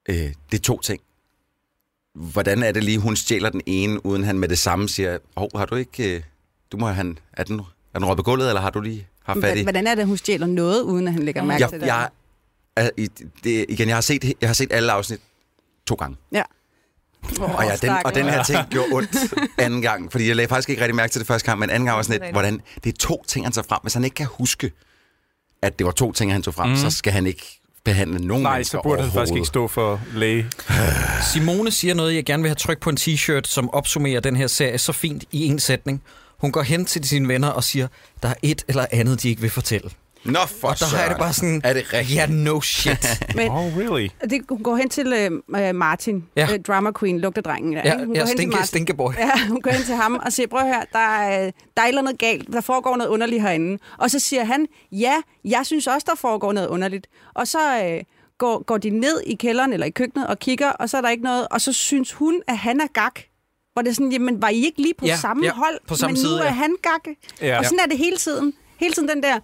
Øh, det er to ting. Hvordan er det lige, hun stjæler den ene, uden han med det samme siger, hov, har du ikke, øh, du må have, han, er den, er den røget på gulvet, eller har du lige haft fat i? Hvordan er det, at hun stjæler noget, uden at han lægger mærke til jeg, det? jeg, er, i- det, igen, jeg har, set, jeg har set alle afsnit to gange. Ja. Oh, Og, jeg, den, og den her ting gjorde ondt anden gang, fordi jeg lagde faktisk ikke rigtig mærke til det første gang, men anden gang var sådan lidt, hvordan, det er to ting, han tager frem. Hvis han ikke kan huske, at det var to ting, han tog frem, mm. så skal han ikke behandle nogen Nej, mennesker så burde han faktisk ikke stå for læge. Simone siger noget, jeg gerne vil have tryk på en t-shirt, som opsummerer den her serie så fint i en sætning. Hun går hen til sine venner og siger, der er et eller andet, de ikke vil fortælle. Nå, for Og der har jeg det bare sådan, Er det rigtigt? ja, no shit. Men Oh, really? det, hun går hen til øh, øh, Martin, Ja. ja. øh, drama queen, lugterdrengen. Der, Ja, ikke? Hun ja, går hen til stinke- Martin. stinkeboy. Ja, hun går hen til ham og siger, prøv her, der er, øh, der er et eller andet galt, der foregår noget underligt herinde. Og så siger han, ja, jeg synes også, der foregår noget underligt. Og så øh, går, går de ned i kælderen eller i køkkenet og kigger, og så er der ikke noget. Og så synes hun, at han er gak. Hvor det er sådan, jamen var I ikke lige på Ja, samme ja, hold, på samme men side, nu er ja. han gak. Ja. Og sådan er det hele tiden. Hele tiden den der,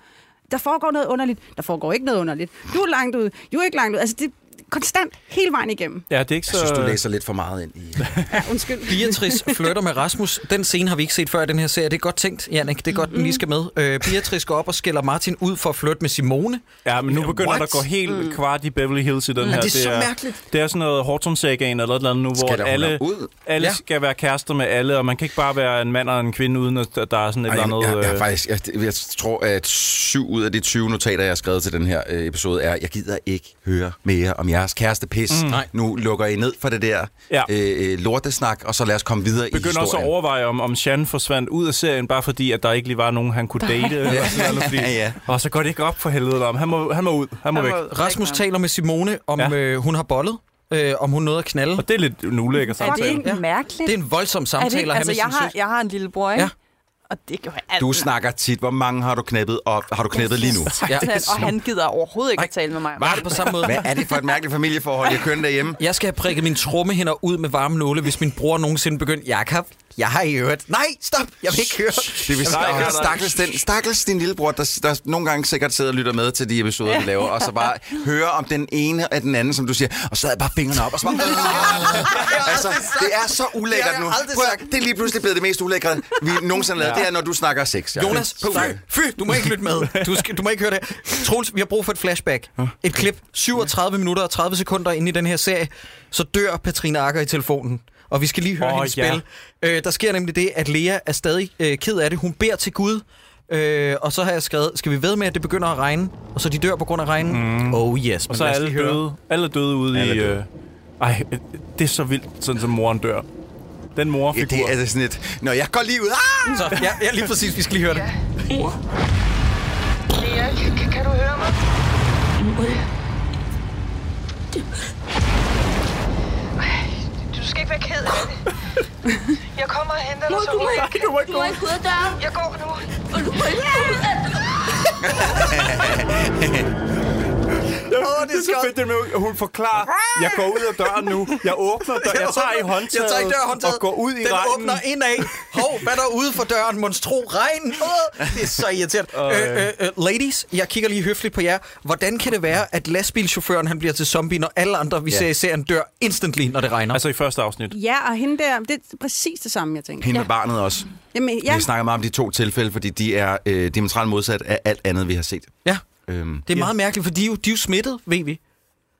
der foregår noget underligt, der foregår ikke noget underligt. Du er langt ud, du er ikke langt ud. Altså det er konstant, hele vejen igennem. Ja, det er ikke Jeg så... synes, du læser lidt for meget ind i... Ja, undskyld. Beatrice flytter med Rasmus. Den scene har vi ikke set før i den her serie. Det er godt tænkt, Jannik. Det er godt, den lige skal med. Øh, Beatrice går op og skælder Martin ud for at flytte med Simone. Ja, men nu begynder what? der at gå helt mm. kvart i Beverly Hills i den her. det er så mærkeligt. Det er sådan noget Horton-sagaen eller et eller andet nu, hvor Skælder hun alle, ham ud? alle Ja. ja. skal være kærester med alle, og man kan ikke bare være en mand og en kvinde, uden at der er sådan et Ej, eller jeg, jeg, andet... jeg, øh, faktisk, jeg, jeg tror, at syv ud af de 20 notater, jeg har skrevet til den her øh, episode, er, jeg gider ikke høre mere om jeres kæreste pis. Mm. Nej. Nu lukker I ned for det der ja. Ja. øh, lortesnak, og så lad os komme videre i begynder historien. også at overveje, om, om Shan forsvandt ud af serien, bare fordi, at der ikke lige var nogen, han kunne date. eller sådan noget, fordi, Ja, ja. Og så går det ikke op for helvede, om han må, han må ud, han må væk. Rasmus taler med Simone, om ja. Ja. øh, hun har bollet. Øh, om hun nåede at knalde. Og det er lidt en ulækker Er det samtale. ikke mærkeligt? Det er en voldsom er det samtale ikke, at have altså, med jeg sin har, søster. jeg har en lille bror, ikke? Ja. Ja. Og det gør jeg altid. Du snakker tit, hvor mange har du knippet, og har du knippet lige nu? Ja. Ja. Og han gider overhovedet ikke Nej. at tale med mig. Var det på samme måde? Hvad er det for et mærkeligt familieforhold, jeg kører derhjemme? Jeg skal have prikket min trommehænder ud med varme nåle, hvis min bror nogensinde begyndte, Jakob, jeg har i øvrigt. Nej, stop, jeg vil ikke høre. Det vil Nej, nej, sige, nej. stakkels, den, stakkels din lillebror, der, der nogle gange sikkert sidder og lytter med til de episoder, vi laver, og så bare hører om den ene og den anden, som du siger, og så havde jeg bare fingrene op, og så bare... altså, det er så Det ulækkert har jeg nu. aldrig Prøv, at- sagt. det er lige pludselig blevet det mest ulækre, vi nogensinde har lavet. Det er, når du snakker sex. Jacob. Jonas, Puh. fy, fy, du må ikke lytte med. Du, skal, du må ikke høre det. Troels, vi har brug for et flashback. Et klip. 37 minutter og 30 sekunder inde i den her serie, så dør Patrine Akker i telefonen. Og vi skal lige høre oh, Åh, hendes ja. spil. Øh, der sker nemlig det, at Lea er stadig øh, ked af det. Hun beder til Gud. Øh, og så har jeg skrevet, skal vi ved med, at det begynder at regne? Og så de dør på grund af regnen? Mm. Oh yes, men Og så er lad os alle lige høre. døde, alle er døde ude Alle er i... døde. Øh, ej, øh, det er så vildt, sådan som moren dør. Den Ja, morfigur. det er sådan et... Nå, jeg går lige ud. Ah! Så, ja, ja, lige præcis, vi skal lige høre det. Lea, kan, kan du høre mig? Ej, Du skal ikke være ked af det. Jeg kommer og henter dig, så du må roligt. ikke, du må ikke, du må ikke ud af døren. Jeg går nu. Og du må ikke ud af døren. Åh, det er så fedt, det med, at hun forklarer, jeg går ud af døren nu, jeg åbner døren, jeg tager i håndtaget, jeg tager i dørhåndtaget, og går ud i den regnen. åbner indad. Hov, hvad er der ude for døren? Monstro regn. Åh, det er så irriterende. Øh, øh, øh, ladies, jeg kigger lige høfligt på jer. Hvordan kan det være, at lastbilchaufføren han bliver til zombie, når alle andre, vi Ja. yeah. ser i serien, dør instantly, når det regner? Altså, Altså i første afsnit. Ja, og hende der, det er præcis det samme, jeg tænker. Hende med barnet også. Jamen, Ja. ja, Vi snakker meget om de to tilfælde, fordi de er øh, diametralt modsat af alt andet, vi har set. ja, Øhm, det er meget mærkeligt, for de er jo, de er jo smittet, ved vi.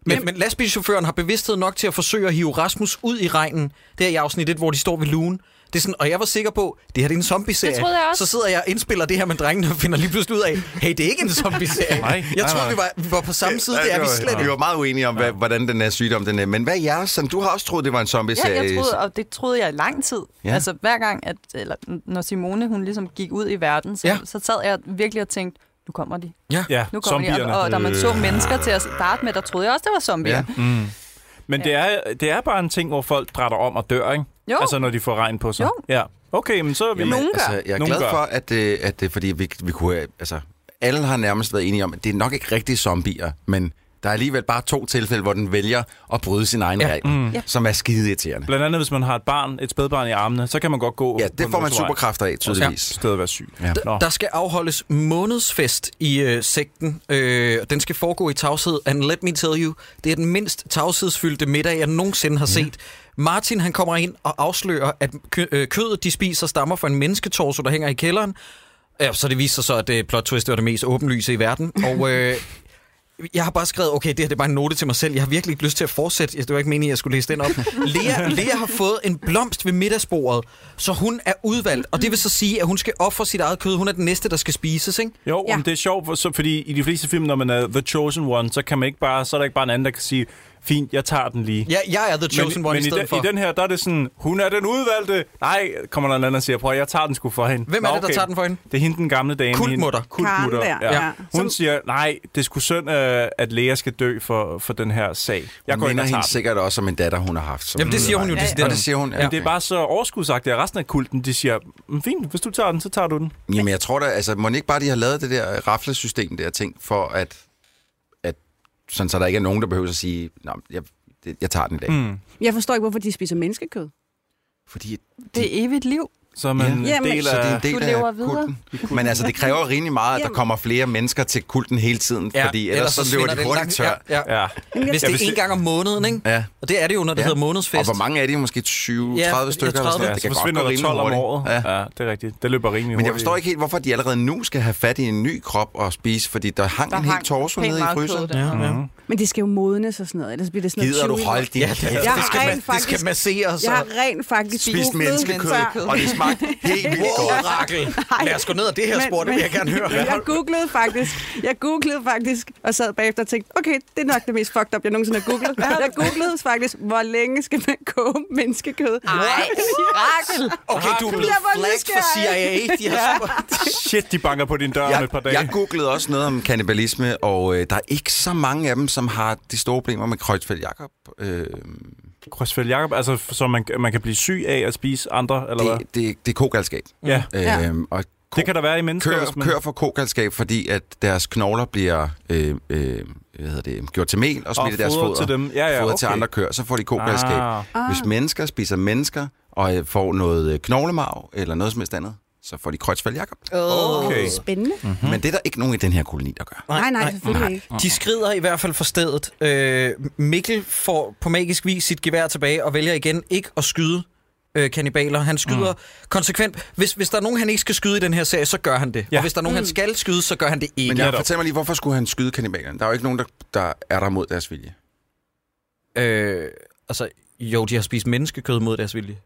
Men, men lastbilchaufføren har bevidsthed nok til at forsøge at hive Rasmus ud i regnen, der i afsnit 1, hvor de står ved lugen. Det er sådan, og jeg var sikker på, det her det er en zombie-serie. Det troede jeg også. Så sidder jeg og indspiller det her med drengene og finder lige pludselig ud af, hey, det er ikke en zombie-serie. Nej, jeg nej, troede, nej. vi var, vi var på samme side, Ja, det er vi var- slet Vi ikke. var meget uenige om, hvad, hvordan den her sygdom den er. Men hvad er jeres? Sådan, du har også troet, det var en Ja, zombie-serie. jeg troede, og det troede jeg i lang tid. Ja. Ja. Altså hver gang, at, eller, når Simone hun ligesom gik ud i verden, så, Ja. ja. så sad jeg virkelig og tænkte, nu kommer de. Ja. Øh. Ja, Nu kommer de. zombierne. Og, og da man så mennesker til at starte med, der troede jeg også, det var zombier. Ja. Ja. Men det er, det er bare en ting, hvor folk drætter om og dør, ikke? Jo. Altså, når de får regn på sig. Jo. Ja. Okay, men så er vi... Jamen, Nogen gør. Altså, jeg er Nogen glad gør. for, at, øh, at det, fordi vi, vi kunne... have- Altså, alle har nærmest været enige om, at det er nok ikke rigtige zombier, men der er alligevel bare to tilfælde, hvor den vælger at bryde sin egen Ja. ja. regel, mm. som er skide irriterende. Blandt andet, hvis man har et barn, et spædbarn i armene, så kan man godt gå... Ja, på det en får man motorvej. superkræfter af, tydeligvis. Stadig være syg. Ja. Nå. Der skal afholdes månedsfest i øh, sekten. Øh, og den skal foregå i tavshed. And let me tell you, det er den mindst tavshedsfyldte middag, jeg nogensinde har set. Martin han kommer ind og afslører, at kø- øh, kødet, de spiser, stammer fra en mennesketorso, der hænger i kælderen. Ja, så det viser sig så, at øh, plot twist var det mest åbenlyse i verden. Og øh, jeg har bare skrevet, okay, det her det er bare en note til mig selv. Jeg har virkelig ikke lyst til at fortsætte. Det var ikke meningen, at jeg skulle læse den op. Lea, Lea har fået en blomst ved middagsbordet, så hun er udvalgt. Og det vil så sige, at hun skal ofre sit eget kød. Hun er den næste, der skal spises, ikke? Jo, ja. Ja. men det er sjovt, for, så, fordi i de fleste film, når man er The Chosen One, så, kan man ikke bare, så er der ikke bare en anden, der kan sige, fint, jeg tager den lige. Ja, jeg er the chosen men, one men i i, stedet den, for. i den her, der er det sådan, hun er den udvalgte. Nej, kommer der en anden og siger, prøv at jeg tager den sgu for hende. Hvem er det, der tager den for hende? Det er hende, den gamle dame. Kultmutter. Hende- Kultmutter, Karen der, ja. Hun Som- siger, nej, det er sgu synd, øh, at Lea skal dø for, for den her sag. Jeg Jeg går hun ind minder og hende tager den. den. sikkert også om en datter, hun har haft. som Jamen, det siger hun jo udlejning. decideret. Og det siger hun, ja. Men det er bare så overskudsagtigt, at resten af kulten, de siger, "Mm, fint, hvis du tager den, så tager du den. Jamen, jeg tror da, altså, må ikke bare de har lavet det der raflesystem der ting, for at, at sådan, så der ikke er nogen, der behøver at sige, Nå, jeg, det, jeg tager den i dag. Mm. Jeg forstår ikke, hvorfor de spiser menneskekød. Fordi Det er evigt liv. Så er man Ja. ja. en Jamen, del så det er af... en del Du af lever videre. kulten. Men altså, det kræver rimelig meget, at der Jamen. kommer flere mennesker til kulten hele tiden, ja, fordi ellers, så løber svinder de den hurtigt langt- tør. Ja. Ja, ja. Ja. Hvis Ja, det hvis er en det- gang om måneden, ikke? Ja. Og det er det jo, når det Ja. hedder månedsfest. Og hvor mange er de? Måske 20, Ja, 30 jeg stykker? tror, eller sådan det- noget. Ja, det så kan godt forsvinder gå der 12 rimelig om hurtigt. året. Ja. Ja. det er rigtigt. Det løber rimelig Men jeg hurtigt. forstår ikke helt, hvorfor de allerede nu skal have fat i en ny krop og spise, fordi der hang der Der en hel hang torso pænt nede i meget fryseren. kød der. Ja, ja. Men det skal jo modnes og sådan noget, ellers bliver det sådan noget Gider du chewy- holde din Ja, kæft? det, Jeg det, har skal, rent man, det skal faktisk- masseres. Jeg og- har rent faktisk Spist googlet- menneskekød, menneskekød. og det smagte helt vildt godt. Orakel. Lad os gå ned ad det her Men- spor, det vil jeg men- gerne høre. Jeg googlede faktisk, jeg googlede faktisk, og sad bagefter og tænkte, okay, det er nok det mest fucked up, jeg nogensinde har googlet. Jeg googlede faktisk, hvor længe skal man koge menneskekød? Ah. Nej, Rakel. Okay, du er blevet Jeg var flagged for CIA. De har spurgt. Shit, de banker på din dør om et par Jeg, dage. jeg googlede også noget om kannibalisme, og øh, der er ikke så mange af dem, som har de store problemer med Kreuzfeldt Jakob. Øh, Crossfit Jacob, altså f- så man, man kan blive syg af at spise andre, eller hvad? det, det, det er kogalskab. Ja, Øh, Ja. Og ko- det kan der være i mennesker, kører, hvis man... kører for kogalskab, fordi at deres knogler bliver øh, øh, hvad hedder det, gjort til mel og smidt i deres fodret foder. til dem. Ja, ja, fodret til okay. andre køer, så får de kogalskab. Ah. Ah. Hvis mennesker spiser mennesker og øh, får noget øh, knoglemarv eller noget som helst andet, så får de Kreuzfeldt Jakob. Okay. Spændende. Mhm. Mm. Men det er der ikke nogen i den her koloni, der gør. Nej, nej, selvfølgelig ikke. De skrider i hvert fald fra stedet. Øh, Mikkel får på magisk vis sit gevær tilbage og vælger igen ikke at skyde øh, kannibaler. Han skyder mm. konsekvent. Hvis, hvis der er nogen, han ikke skal skyde i den her serie, så gør han det. Ja. Ja. Og hvis der er nogen, han Mm. skal skyde, så gør han det ikke. Men Men jeg Netop. fortæl mig lige, hvorfor skulle han skyde kannibalerne? Der er jo ikke nogen, der, der er der mod deres vilje. jeg... øh, altså, jo, de har spist menneskekød mod deres vilje.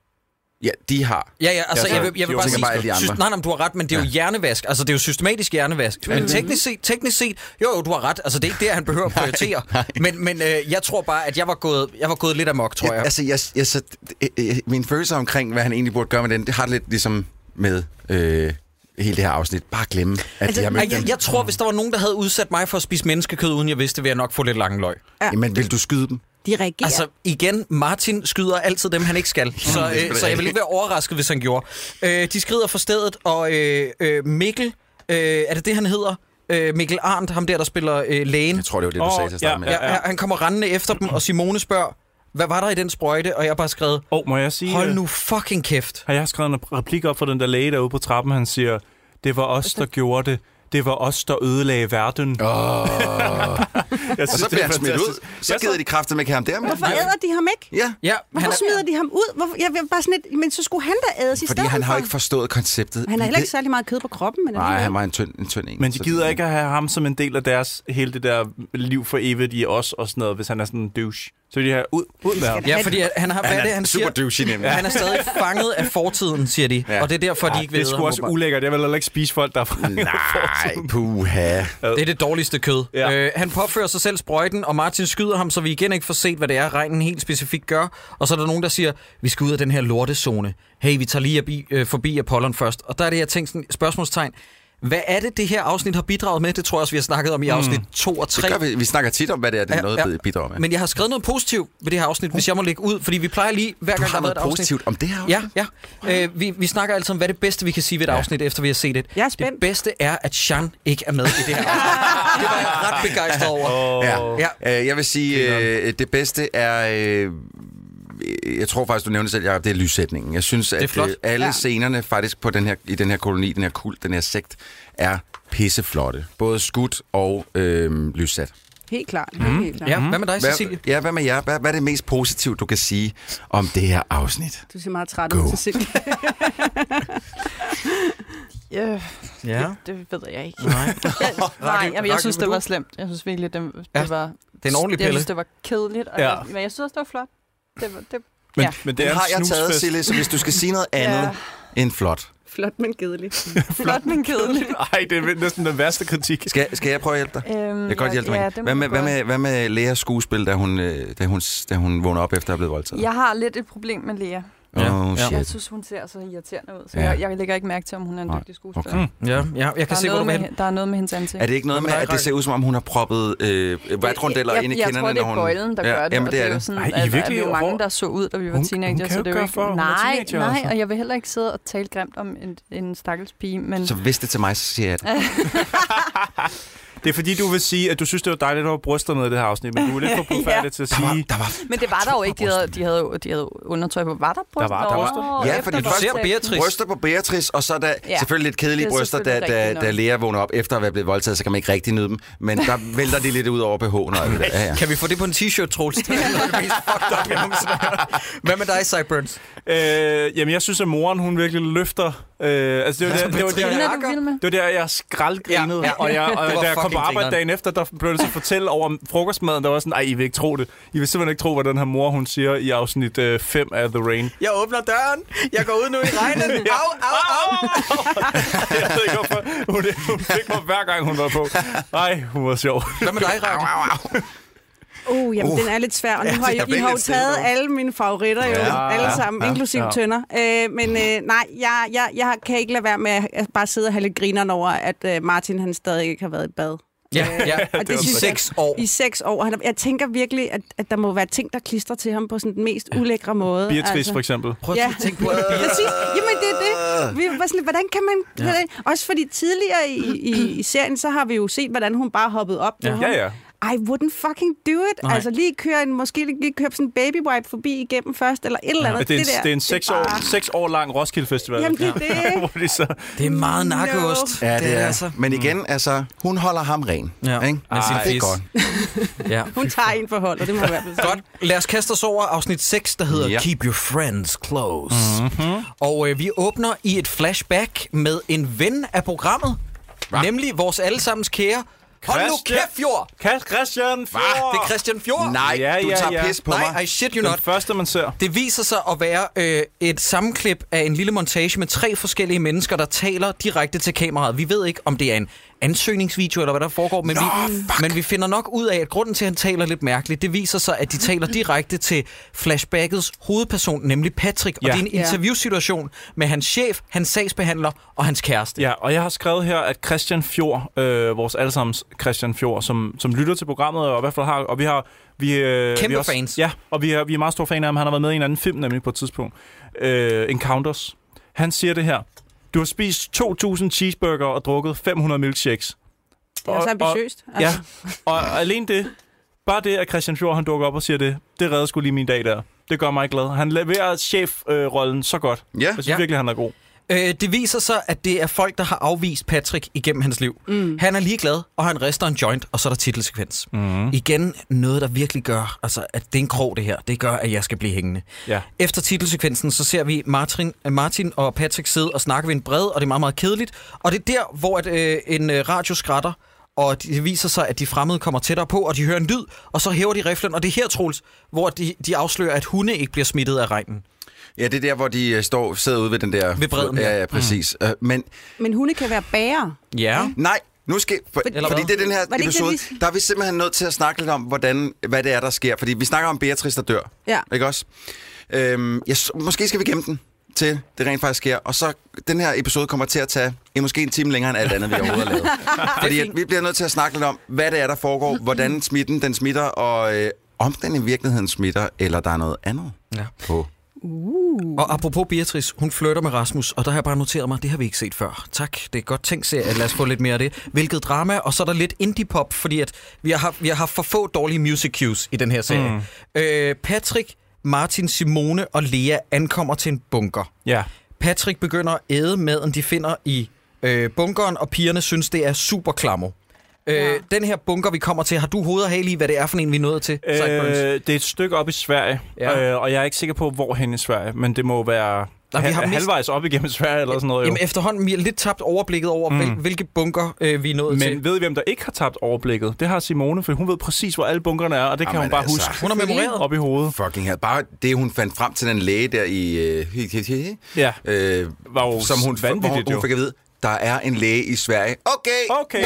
Ja, de har. Ja, ja, altså, Ja, så- jeg, vil, jeg vil jo, bare tænker sige, bare alle de andre. synes, nej, nej, men du har ret, men det er jo Ja. hjernevask. Altså, det er jo systematisk hjernevask. Men teknisk set, teknisk set, jo, jo, du har ret. Altså, det er ikke der, han behøver at prioritere. Men, men øh, jeg tror bare, at jeg var gået, jeg var gået lidt amok, tror jeg. Altså, jeg, jeg, så, øh, øh, min følelse omkring, hvad han egentlig burde gøre med den, det har det lidt ligesom med øh, hele det her afsnit. Bare glemme, at altså, Altså, de har Ej, mødt jeg, dem. jeg tror, hvis der var nogen, der havde udsat mig for at spise menneskekød, uden jeg vidste, ville jeg nok få lidt lange løg. Jamen, vil du skyde dem? De reagerer. Altså igen, Martin skyder altid dem, han ikke skal. Så, øh, så jeg vil ikke være overrasket, hvis han gjorde. Øh, de skrider fra stedet, og øh, øh, Mikkel, øh, er det det, han hedder? Øh, Mikkel Arndt, ham der, der spiller øh, lægen. Jeg tror, det var det, du Åh, sagde til at starte med. Ja, ja. Han kommer rendende efter dem, og Simone spørger, hvad var der i den sprøjte? Og jeg har bare skrevet, Åh, oh, må jeg sige... hold øh, nu fucking kæft. Har jeg skrevet en replik op for den der læge derude på trappen? Han siger, det var os, der gjorde det. Det var os, der ødelagde verden. Oh. jeg Og synes, så det bliver er han smidt ud. fantastisk. Så gider de kræfter med ham der. med. Hvorfor æder de ham ikke? Ja, Ja, han Hvorfor er, smider de ham ud? Hvorfor? Jeg vil bare sådan lidt, men så skulle han da ædes i fordi stedet han har jo for. ikke forstået konceptet. Han har Vi heller ikke ved- særlig meget kød på kroppen. Men Nej, alligevel. han var en tynd en. Tynd en Men de så- gider ikke at have ham som en del af deres hele det der liv for evigt i os og sådan noget, hvis han er sådan en douche. Så vil de have ud, ud med ham. Ja, fordi at han har, hvad er det, han super siger? douchey nemlig. Han er stadig fanget af fortiden, siger de. Ja. Og det er derfor, de ikke Det ved er sgu også ulækkert. Jeg vil heller ikke spise folk, der er fra Nej, puha. Det er det dårligste kød. Ja. Ja. Øh, han påfører sig selv sprøjten, og Martin skyder ham, så vi igen ikke får set, hvad det er, regnen helt specifikt gør. Og så er der nogen, der siger, vi skal ud af den her lortezone. Hey, vi tager lige abi, øh, forbi Apollon først. Og der er det, jeg tænkte sådan, spørgsmålstegn. Hvad er det, det her afsnit har bidraget med? Det tror jeg også, vi har snakket om i afsnit 2 og 3. Det gør vi. Vi snakker tit om, hvad det er, det er noget, ja, bidrager med. Men jeg har skrevet noget positivt ved det her afsnit, hvis jeg må lægge ud, fordi vi plejer lige, hver du gang der har har været noget et afsnit, positivt om det her? Ja, ja. Øh, vi, vi snakker altid om, hvad det bedste, vi kan sige ved et afsnit, efter vi har set det. Jeg er spændt. Det bedste er, at Sean ikke er med i det her afsnit. det var jeg ret begejstret over. Ja. Ja. ja. Øh, jeg vil sige, øh, det bedste er... Øh, jeg tror faktisk, du nævnte selv, Jacob, det er lyssætningen. Jeg synes, at flot. øh, alle Ja. ja. scenerne faktisk på den her, i den her koloni, den her kult, den her sekt, er pisseflotte. Både skudt og øh, lyssat. Helt klart. Mhm. Mm. Helt klart. Ja, Mhm. hvad med dig, Cecilie? Hvad, ja, hvad med jer? Hvad, hvad er det mest positive, du kan sige om det her afsnit? Du ser meget træt Go. ud, Cecilie. Yeah. Ja. Det ved jeg ikke. Nej. Jeg, nej, Rakel, jamen, jeg synes, vil det var du? slemt. Jeg synes virkelig, det, det Ja, var... Det er en ordentlig Jeg pille. synes, det var kedeligt, og Ja. jeg, men jeg synes også, det var flot. Det var, det, Men, Ja. men det Det er har en jeg taget, snusfest. Sille, så hvis du skal sige noget andet end flot. Flot, men kedelig. flot, men kedeligt. Ej, det er næsten den værste kritik. Skal, skal jeg prøve at hjælpe dig? Øhm, Jeg kan godt hjælpe dig. ja, med det hende. må hvad, du med, hvad, godt. med, hvad med Leas skuespil, da hun, øh, da, hun, da hun vågner op efter at have blevet voldtaget? Jeg har lidt et problem med Lea. Ja. Oh, Ja. shit. Jeg synes, hun ser så irriterende ud, så Ja. jeg, jeg lægger ikke mærke til, om hun er en Nej, dygtig skuespiller. okay. Okay. Ja, ja, jeg Der, kan se, er hvor du vil noget med, hen. hen- der er noget med hendes ansigt. Er det ikke noget Hvad med, med dig, at det ser ud som om, hun har proppet øh, vatrundeller jeg, ind i jeg, kinderne? tror, det når er hun... bøjlen, der ja, gør det. Jamen, og det er jo det. sådan, Ej, I at, at virkelig vi er jo over- mange, der så ud, da vi var Hun- teenager. hun kan så jo det er gøre ikke, for, at hun er nej, teenager, nej, altså. og jeg vil heller ikke sidde og tale grimt om en, en stakkels pige, men Så hvis det til mig, så siger jeg det. Det er fordi, du vil sige, at du synes, det var dejligt, at du var bryster med i det her afsnit, men du er lidt for blodfærdig ja. til at Der var, sige... der var Men det var der jo ikke. De havde, de havde, jo- de havde jo undertøj på. Var der bryster? var- der var- Nå, Ja, efter fordi du ser voldtægten. Beatrice. bryster på Beatrice, og så er der ja. Ja, selvfølgelig lidt kedelige det er bryster, da, da, selvfølgelig da Lea vågner op efter at være blevet voldtaget, så kan man ikke rigtig nyde dem. Men der vælter de lidt ud over BH'en og alt det der. Ja, ja. Kan vi få det på en t-shirt, Troels? Det er noget af det mest fucked up, jeg nogensinde har hørt. Hvad med dig, Cyburns? Øh, jamen, jeg synes, at moren, hun virkelig løfter... Øh, altså, det var, der, det var der, Hende jeg- er du vild med? det var der, jeg skraldgrinede, Ja, ja. og, jeg, og Det var da jeg kom på fucking arbejde grineren. dagen efter, der blev det så fortalt over frokostmaden, der var sådan, ej, I vil ikke tro det. I vil simpelthen ikke tro, hvad den her mor, hun siger i afsnit 5 af The Rain. Jeg åbner døren. Jeg går ud nu i regnen. Au, au, au. jeg ved ikke, hvorfor hun, hun fik mig hver gang, hun var på. Nej, hun var sjov. Hvad med dig, Rakel? Uh, jamen, Uh. uh. den er lidt svær, og nu Ja, har det er I, I har jo virkelig taget stille. alle mine favoritter jo, Ja, ja, alle ja, sammen, ja, ja, inklusiv ja. ja. tønder. Øh, men øh, nej, jeg, jeg, jeg kan ikke lade være med at bare sidde og have lidt grineren over, at øh, Martin han stadig ikke har været i bad. Ja, ja. Og det I synes jeg- seks år. I seks år. Han, er- jeg tænker virkelig, at, at der må være ting, der klistrer til ham på sådan den mest ulækre måde. altså. altså. Beatrice, for eksempel. Prøv at tænke på, at Præcis. Jamen, det er det. Vi var sådan, lidt, hvordan kan man... Ja. Også fordi tidligere i, i, i serien, så har vi jo set, hvordan hun bare hoppede op på Ja. ham. Ja, ja. I wouldn't fucking do it. Nej. Nej. Altså lige køre en, måske lige køre sådan en baby wipe forbi igennem først, eller et eller andet. Og det er en, der, det er en seks, bare- år, seks år lang Roskilde Festival. Jamen, det er det. Hvor de så... det er meget nakkeost. Ja, det er. Men igen, altså, hun holder ham ren. Ja, Ikke? med sin Ej, det er fis. godt. Ja. Hun tager en forhold, og det må jeg i hvert fald sige. Godt, lad os kaste os over afsnit 6, der hedder Ja. Mhm. Keep Your Friends Close. Mm-hmm. Og øh, vi åbner i et flashback med en ven af programmet, Hva? nemlig vores allesammens kære... Hold nu Christian- kæft, Fjord! Christian Fjord! Det er Christian Fjord! Nej, Ja, du ja, tager ja. pis på Nej, I mig. shit you Den not. første, man ser. Det viser sig at være øh, et sammenklip af en lille montage med tre forskellige mennesker, der taler direkte til kameraet. Vi ved ikke, om det er en ansøgningsvideo eller hvad der foregår, men, vi, men vi finder nok ud af, at grunden til, at han taler lidt mærkeligt, det viser sig, at de taler direkte til flashbackets hovedperson, nemlig Patrick. Og Ja. det er en Ja. interviewsituation med hans chef, hans sagsbehandler og hans kæreste. Ja, og jeg har skrevet her, at Christian Fjord, øh, vores allesammens Christian Fjord, som, som lytter til programmet, og i hvert fald har, og vi har... Vi, øh, Kæmpe vi er også, fans. Ja, og vi er, vi er meget store fan af ham. Han har været med i en anden film, nemlig på et tidspunkt. Øh, Encounters. Han siger det her. Du har spist 2.000 cheeseburger og drukket 500 milkshakes. Det er også Og- og- ambitiøst. Altså. Ja, og alene det, bare det, at Christian Fjord han dukker op og siger det, det redder sgu lige min dag der. Det gør mig glad. Han leverer chefrollen så godt. Ja. Jeg synes Ja. ja. virkelig, han er god. Øh, det viser sig, at det er folk, der har afvist Patrick igennem hans liv. Mm. Han er ligeglad, og han rister en joint, og så er der titelsekvens. Mm. Igen noget, der virkelig gør, altså, at det er en krog, det her. Det gør, at jeg skal blive hængende. Ja. Efter titelsekvensen, så ser vi Martin, øh, Martin og Patrick sidde og snakke ved en bred, og det er meget, meget kedeligt. Og det er der, hvor at, øh, en øh, radio skratter, og det viser sig, at de fremmede kommer tættere på, og de hører en lyd, og så hæver de riflen, og det er her, Troels, hvor de, de afslører, at hunde ikke bliver smittet af regnen. Ja, det er der, hvor de øh, står, sidder ude ved den der... Ved bredden, Ja, ja. ja, præcis. Mm. Men Men hunde kan være bærer. Ja. nej, nu skal... For, Eller fordi hvad? det er den her det ikke det, episode, vi- der er vi simpelthen nødt til at snakke lidt om, hvordan, hvad det er, der sker. Fordi vi snakker om Beatrice, der dør. Ja. Ikke også? Øhm, jeg, s- måske skal vi gemme den til det rent faktisk sker. Og så den her episode kommer til at tage en, måske en time længere end alt andet, vi overhovedet har lavet. Fordi at vi bliver nødt til at snakke lidt om, hvad det er, der foregår, hvordan smitten den smitter, og øh, om den i virkeligheden smitter, eller der er noget andet Ja. på. Og apropos Beatrice, hun flytter med Rasmus, og der har jeg bare noteret mig, det har vi ikke set før. Tak, det er godt tænkt serie, lad os få lidt mere af det. Hvilket drama, og så er der lidt indie-pop, fordi at vi har, haft- vi har haft for få dårlige music cues i den her serie. Mm. Øh, Patrick, Martin, Simone og Lea ankommer til en bunker. Ja. Patrick begynder at æde maden, de finder i øh, bunkeren, og pigerne synes, det er super klammer. Øh, Den her bunker, vi kommer til, har du hovedet i, hvad det er for en, vi er nået til? Sideburns? Øh, det er et stykke op i Sverige, Ja. ja. øh, og jeg er ikke sikker på, hvor hen i Sverige, men det må være Nej, vi Nej, vi har har mist- halvvejs op igennem Sverige eller sådan noget. Jo. Jamen efterhånden, vi har lidt tabt overblikket over, mm. hvil, hvilke bunker øh, vi er nået til. Men ved I, hvem der ikke har tabt overblikket? Det har Simone, for hun ved præcis, hvor alle bunkerne er, og det kan Jamen hun bare altså. altså. huske Hun har memoreret. op i hovedet. Fucking hell. Bare det, hun fandt frem til den læge der i... Øh, hi- hi- hi- hi- Ja. øh, Var jo som hun, hvor hun, vanvittigt, hun jo. fik at vide, der er en læge i Sverige. Okay! Okay,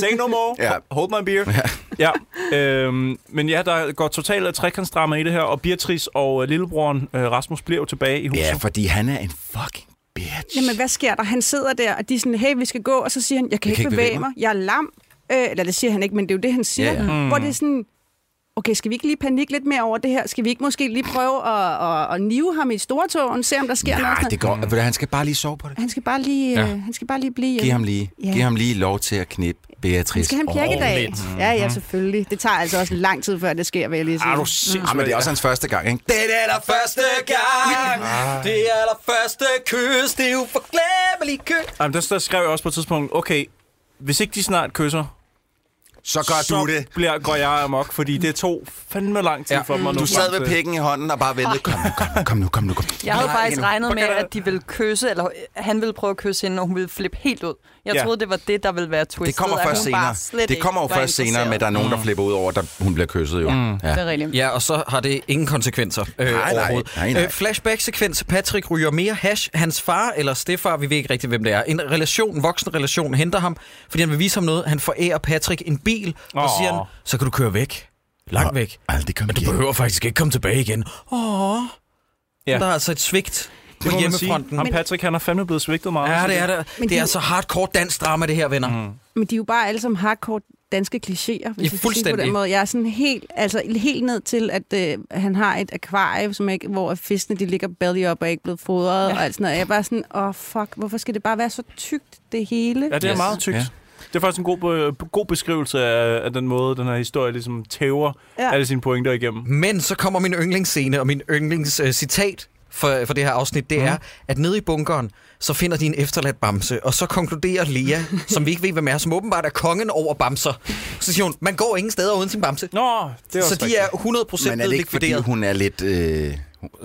say no more. Ja. ja. Hold my beer. Ja. ja. Øhm, men ja, der går totalt trekantsdrama i det her, og Beatrice og øh, lillebroren øh, Rasmus bliver jo tilbage i huset. Ja, fordi han er en fucking bitch. Jamen, hvad sker der? Han sidder der, og de er sådan, hey, vi skal gå, og så siger han, jeg kan, jeg ikke bevæge, mig. jeg er lam. Øh, eller det siger han ikke, men det er jo det, han siger. Ja, Yeah. Mm. Hvor det er sådan, okay, skal vi ikke lige panikke lidt mere over det her? Skal vi ikke måske lige prøve at, at, at nive ham i stortåen, se om der sker noget? Nej, Sådan- det går. Mm. Han skal bare lige sove på det. Han skal bare lige, ja. øh, han skal bare lige blive... Giv ham lige, Ja. ja. giv ham lige lov til at knippe Beatrice. Han skal have en pjekkedag. Ja, ja, selvfølgelig. Det tager altså også lang tid, før det sker, vil jeg lige sige. Er du sindssygt? Ja, Ah, men det er også hans første gang, ikke? Den allerførste gang, det allerførste kys, det er uforglemmelig kys. Jamen, der, der skrev jeg også på et tidspunkt, okay, hvis ikke de snart kysser, Så gør så du det. Bliver, går jeg amok, fordi det tog fandme lang tid Ja. ja. for mig. Du sad ved pikken i hånden og bare ventede. Kom nu, kom nu, kom nu, kom nu. Kom. nu. Jeg havde faktisk regnet med, Hvor kan der- at de ville kysse, eller øh, han ville prøve at kysse hende, og hun ville flippe helt ud. Jeg Ja. troede, det var det, der ville være twistet. Det kommer at hun først bare senere. slet Det kommer jo ikke var først senere, men der er interesseret. nogen, der flipper ud over, at hun bliver kysset jo. Mm. Ja. Det er rigtigt. Ja, og så har det ingen konsekvenser øh, nej, overhovedet. nej, nej. Øh, flashback-sekvens. Patrick ryger mere hash. Hans far eller stefar, vi ved ikke rigtig, hvem det er. En relation, voksen relation, henter ham, fordi han vil vise ham noget. Han forærer Patrick en bil, og oh. Åh. siger han, så kan du køre væk. Langt væk. Aldrig kom Men du igen. behøver faktisk ikke komme tilbage igen. Åh. Ja. Ja. Der er altså et svigt på det må man sige. hjemmefronten. Ham Patrick, han er fandme blevet svigtet meget. Ja, så det er det. Men det er de- altså hardcore dansk drama, det her, venner. Mm. Men de er jo bare alle sammen hardcore danske klichéer, hvis Ja, ja, jeg skal sige det på fuldstændig. den måde. Jeg er sådan helt, altså helt ned til, at øh, han har et akvarie, som ikke, hvor fiskene de ligger belly up og er ikke blevet fodret ja. og alt sådan noget. Jeg er bare sådan, åh oh, fuck, hvorfor skal det bare være så tykt, det hele? Ja, det er Yes. meget tykt. Ja. Ja. Det er faktisk en god, be- god beskrivelse af, af den måde, den her historie ligesom tæver Ja. ja. alle sine pointer igennem. Men så kommer min yndlingsscene og min yndlingscitat øh, citat for, for det her afsnit, Mhm. det mm. er, at nede i bunkeren, så finder de en efterladt bamse, og så konkluderer Lea, som vi ikke ved, hvem er, som åbenbart er kongen over bamser. Så siger hun, man går ingen steder uden sin bamse. Nå, det er Så også de er 100% Men er det blevet ikke, fordi likvideret. hun er lidt... Øh,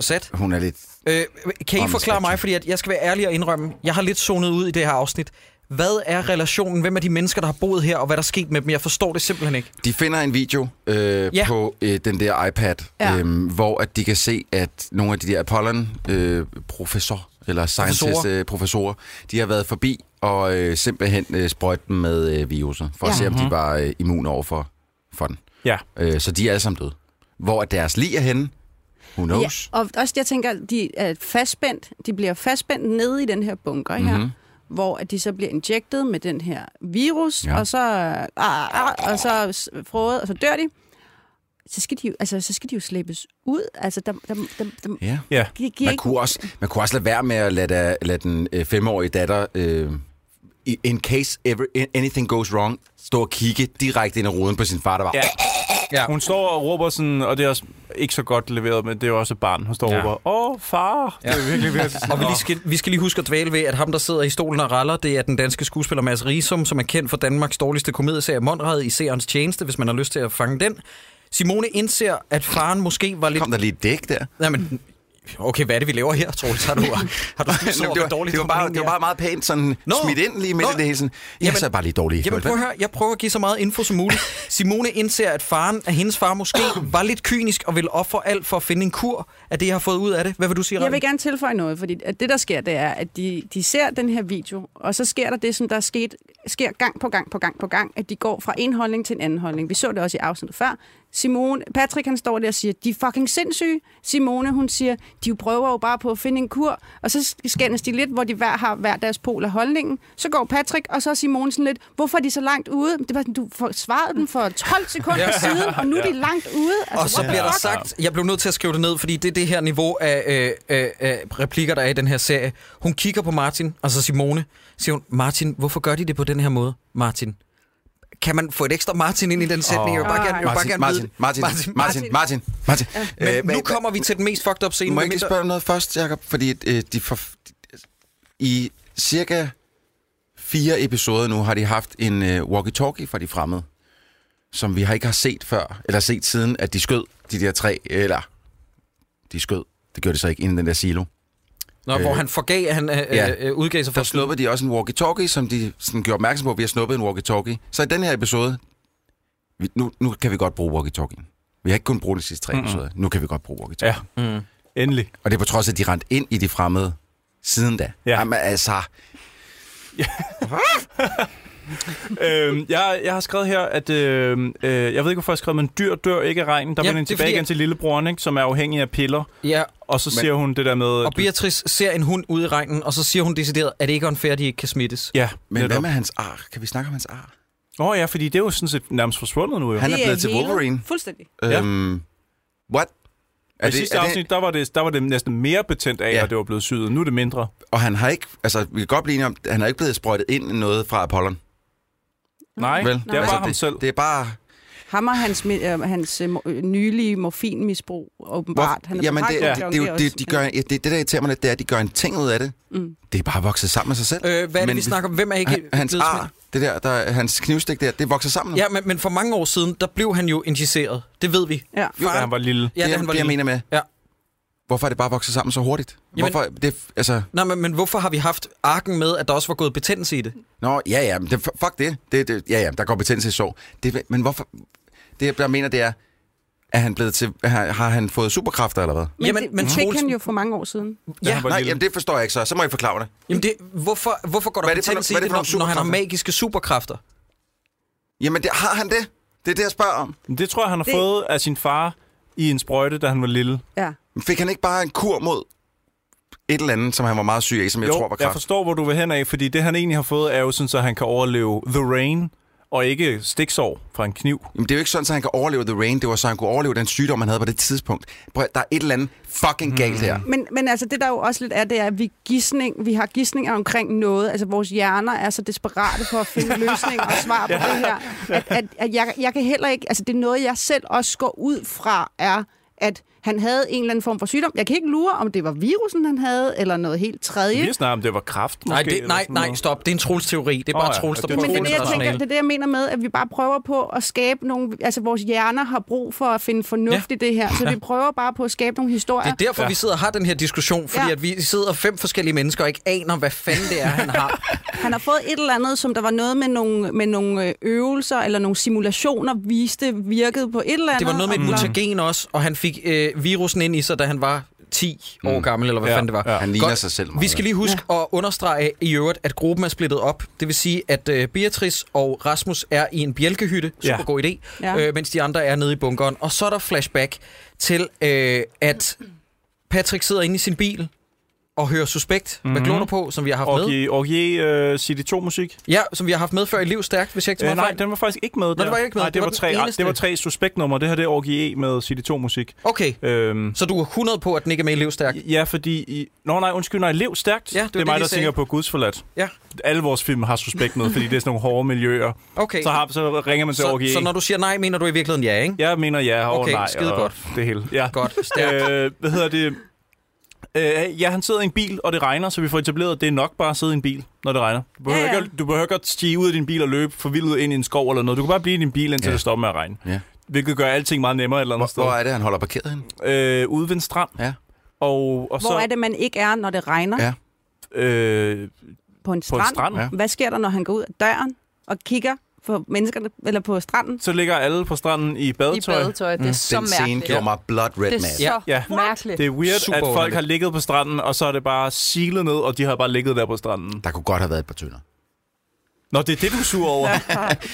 Sat. hun er lidt... Øh, kan I Om forklare mig, spektrum. fordi at jeg skal være ærlig og indrømme, jeg har lidt zonet ud i det her afsnit. Hvad er relationen? Hvem er de mennesker, der har boet her, og hvad der er sket med dem? Jeg forstår det simpelthen ikke. De finder en video øh, Ja. ja. på øh, den der iPad, Ja. ja. øhm, hvor at de kan se, at nogle af de der Apollon-professor, øh, professor, eller scientist-professorer, øh, professorer, de har været forbi og øh, simpelthen øh, sprøjtet dem med øh, viruser, for ja. Ja. at se, om de var øh, immune over for, for den. Ja. Øh, så de er alle sammen døde. Hvor at deres lig er henne, who Ja, knows? og også jeg tænker, de er fastspændt, de bliver fastspændt nede i den her bunker her, Mhm. Mhm. mm-hmm. hvor at de så bliver injektet med den her virus, ja. Ja. og så ah, ah, og så s- frode, og så dør de. Så skal de jo, altså, så skal de jo slæbes ud. Altså, der, der, der, der, Ja. Ja. de giver Man ikke... kunne, også, man kunne også lade være med at lade, da, lade den øh, femårige datter, øh, i- in case ever, anything goes wrong, stå og kigge direkte ind i ruden på sin far, der var... Ja. Ja. Hun står og råber sådan, og det er også ikke så godt leveret, men det er også et barn. Hun står og Ja. råber, åh, far. Det er virkelig, virkelig sådan, Og vi, "Åh." lige skal, vi skal lige huske at dvæle ved, at ham, der sidder i stolen og raller, det er den danske skuespiller Mads Risum, som er kendt for Danmarks dårligste komedieserie Mondrad i Seerens Tjeneste, hvis man har lyst til at fange den. Simone indser, at faren måske var lidt... Kom der lige et dæk der. Nej, men, Okay, hvad er det, vi laver her, Troels? Har du, har du spist over, det, var, hvor dårligt det, var bare, det var bare meget pænt sådan Nå. smidt ind lige midt Nå. i det hele. Sådan, ja, Jamen- så er jeg bare lige dårlig. Jamen prøv at høre, jeg prøver at give så meget info som muligt. Simone indser, at faren af hendes far måske var lidt kynisk og ville ofre alt for at finde en kur af det, jeg har fået ud af det. Hvad vil du sige, Jeg Rakel? vil gerne tilføje noget, fordi at det, der sker, det er, at de, de ser den her video, og så sker der det, som der er sket, sker gang på gang på gang på gang, at de går fra en holdning til en anden holdning. Vi så det også i afsnittet før. Simone, Patrick, han står der og siger, de er fucking sindssyge. Simone, hun siger, de prøver jo bare på at finde en kur. Og så skændes de lidt, hvor de hver har hver deres pol af holdningen. Så går Patrick, og så er Simone sådan lidt, hvorfor er de så langt ude? Det var sådan, du svarede dem for 12 sekunder siden, og nu er de langt ude. Altså, Og så what the bliver der fuck? sagt, jeg blev nødt til at skrive det ned, fordi det er det her niveau af, øh, øh, af replikker, der er i den her serie. Hun kigger på Martin, altså Simone, siger hun, Martin, hvorfor gør de det på den her måde, Martin? Kan man få et ekstra Martin ind i den sætning? Jeg vil bare Åh. gerne, jeg vil bare Martin, gerne Martin, vide det. Martin, Martin, Martin, Martin, Martin. Men Øh, nu hvad- kommer vi til den mest fucked up scene. Må jeg med ikke lige mindre- spørge om noget først, Jacob? Fordi øh, de for, i cirka fire episoder nu har de haft en øh, walkie-talkie fra de fremmede, som vi har ikke har set før, eller set siden, at de skød de der tre, eller de skød, det gjorde de så ikke, inden den der silo. Nå, hvor Øh, han forgav, at han øh, ja. ja. øh, udgav sig for Der snuppede de også en walkie-talkie, som de sådan gjorde opmærksom på, at vi har snuppet en walkie-talkie. Så i den her episode, vi, nu, nu kan vi godt bruge walkie-talkien. Vi har ikke kun brugt de sidste tre mm-hmm. episoder. Nu kan vi godt bruge walkie-talkien. Ja. Mm. Endelig. Og det er på trods af, at de rendte ind i de fremmede siden da. Ja. Jamen altså, øhm, jeg, jeg har skrevet her, at øh, øh, jeg ved ikke, hvorfor jeg har skrevet, men dyr dør ikke af regn. Ja, Der ja, vender det er tilbage fordi, fordi, igen til lillebroren, ikke, som er afhængig af piller. Ja, Og så siger hun det der med... og Beatrice ser en hund ude i regnen, og så siger hun decideret, at det ikke er unfair, at de ikke kan smittes. Ja, men netop. hvad med hans ar? Kan vi snakke om hans ar? Åh oh, ja, fordi det er jo sådan set nærmest forsvundet nu jo. Han er Det blevet til hele- Wolverine. Fuldstændig. Ja. Øhm, what? Er det, I sidste afsnit, der var, det, der var det næsten mere betændt af, Ja. ja. at det var blevet syet. Nu er det mindre. og han har ikke, altså vi kan godt blive enige om, han er ikke blevet sprøjtet ind i noget fra Apollon. Nej, Vel? det er bare altså, ham det, selv. Det er bare, Ham og hans, mi- øh, hans øh, mo- øh, nylige morfinmisbrug, åbenbart. Han er jamen det, bebrejdet det, for det, det, også. det, de gør, ja, det, det der irriterer mig lidt, det er, at de gør en ting ud af det. Mm. Det er bare vokset sammen med sig selv. Øh, hvad er det, vi snakker om? Hvem er ikke han, Hans blevet ar, smittet? det der, der, hans knivstik der, det vokser sammen. nu. Ja, men, men for mange år siden, der blev han jo injiceret. Det ved vi. Ja. Da han var lille. Ja, det da er han var det, jeg lille. mener med. Ja. Hvorfor er det bare vokset sammen så hurtigt? Jamen- Hvorfor, det, altså, Nej, men, men hvorfor har vi haft arken med, at der også var gået betændelse i det? Nå, ja, ja, men det, fuck det. det, det ja, ja, der går betændelse i sår. Det, men hvorfor... Det, jeg bare mener, det er, er han blevet til, har, har han fået superkræfter eller hvad? Men, Jamen, det, men men fik Troels- han jo for mange år siden. Ja, Ja, han var Nej, lille. jamen, det forstår jeg ikke så. Så må I forklare det. Jamen det, hvorfor, hvorfor går der Hvad er det for betændelse i no- det, hvad er det for når, når nogle han har superkræfter? magiske superkræfter? Jamen, det, har han det? Det er det, jeg spørger om. Men det tror jeg, han har Det- det... fået af sin far i en sprøjte, da han var lille. Ja. Fik han ikke bare en kur mod et eller andet, som han var meget syg af, som jeg jo, tror var jeg kræft? forstår, hvor du vil hen af, fordi det, han egentlig har fået, er jo sådan, så han kan overleve The Rain, og ikke stiksår fra en kniv. Jamen, det er jo ikke sådan, at han kan overleve The Rain. Det var så, han kunne overleve den sygdom, han havde på det tidspunkt. Prøv, at- der er et eller andet fucking galt Mm. her. Men, men altså, det der jo også lidt er, det er, at vi, gissning, vi har gissninger omkring noget. Altså, vores hjerner er så desperate for at finde løsninger og svar på det her. At, at, at jeg, jeg kan heller ikke... Altså, det er noget, jeg selv også går ud fra, er at han havde en eller anden form for sygdom. Jeg kan ikke lure, om det var virusen, han havde, eller noget helt tredje. Vi snakker om, det var kraft, måske. Nej, det, eller nej, sådan nej, noget. stop. Det er en Troels-teori. Det er Åh, bare ja. Troels, der Det er prøver Men det at er finde det, jeg rationale. tænker, det er det, jeg mener med, at vi bare prøver på at skabe nogle... Altså, vores hjerner har brug for at finde fornuft ja. i det her, så vi prøver bare på at skabe nogle historier. Det er derfor, Ja. ja. vi sidder og har den her diskussion, fordi Ja. ja. at vi sidder fem forskellige mennesker og ikke aner, hvad fanden det er, han har. Han har fået et eller andet, som der var noget med nogle, med nogle øh, øvelser eller nogle simulationer, viste virkede på et eller andet. Det var noget med et og bla- mutagen også, og han fik øh, virusen ind i sig, da han var 10 år gammel, eller hvad Ja, fanden det var. ja. Han ligner Godt. sig selv meget. Vi skal lige huske ja. at understrege i øvrigt, at gruppen er splittet op. Det vil sige, at øh, Beatrice og Rasmus er i en bjælkehytte, super Ja. god idé, Ja. ja. øh, mens de andre er nede i bunkeren. Og så er der flashback til, øh, at Patrick sidder inde i sin bil og hører Suspekt mm-hmm. Mhm. med kloner på, som vi har haft med. Orgie, Orgie uh, CD2-musik. Ja, som vi har haft med før i Livstærkt, hvis jeg ikke tager Øh, meget nej, fejl. den var faktisk ikke med der. den var ikke med. Nej, det, Det var, var tre, ah, den eneste. det var tre suspektnumre. Det her det er Orgie E med CD2-musik. Okay, Øhm, så du er 100 på, at den ikke er med i Livstærkt. ja, fordi... I... Nå nej, undskyld, nej, lev stærkt. Ja, det var det, er det, mig, de der sagde. tænker på Guds forladt. Ja, Alle vores film har suspekt med, fordi det er sådan nogle hårde miljøer. okay. Så, har, så ringer man til så, Orgie. så når du siger nej, mener du i virkeligheden ja, ikke? Jeg mener ja, og Okay, nej. skide og godt. Det hele. Ja. Godt, stærkt. Øh, hvad hedder det? Øh, ja, han sidder i en bil, og det regner, så vi får etableret, at det er nok bare at sidde i en bil, når det regner. Du behøver, Ja, ja. Ikke, at- du behøver ikke at stige ud af din bil og løbe forvildet ind i en skov eller noget. Du kan bare blive i din bil, indtil Ja. ja. det stopper med at regne. Ja. Hvilket gør alting meget nemmere et eller andet Hvor sted. er det, han holder parkeret henne? Øh, ude ved en strand. Ja. Og, og Hvor så, er det, man ikke er, når det regner Ja. ja. Øh, på en på strand? en strand. Ja. Ja. Hvad sker der, når han går ud af døren og kigger på menneskerne, eller på stranden? Så ligger alle på stranden i i badetøj. badetøj. Det er så Mm. Den scene mærkeligt. gjorde mig blood red Det mad. er så Ja. mærkeligt. Det er weird, Super Super at folk underligt. har ligget på stranden, og så er det bare silet ned, og de har bare ligget der på stranden. Der kunne godt have været et par tønder. Nå, det er det, du er sur over.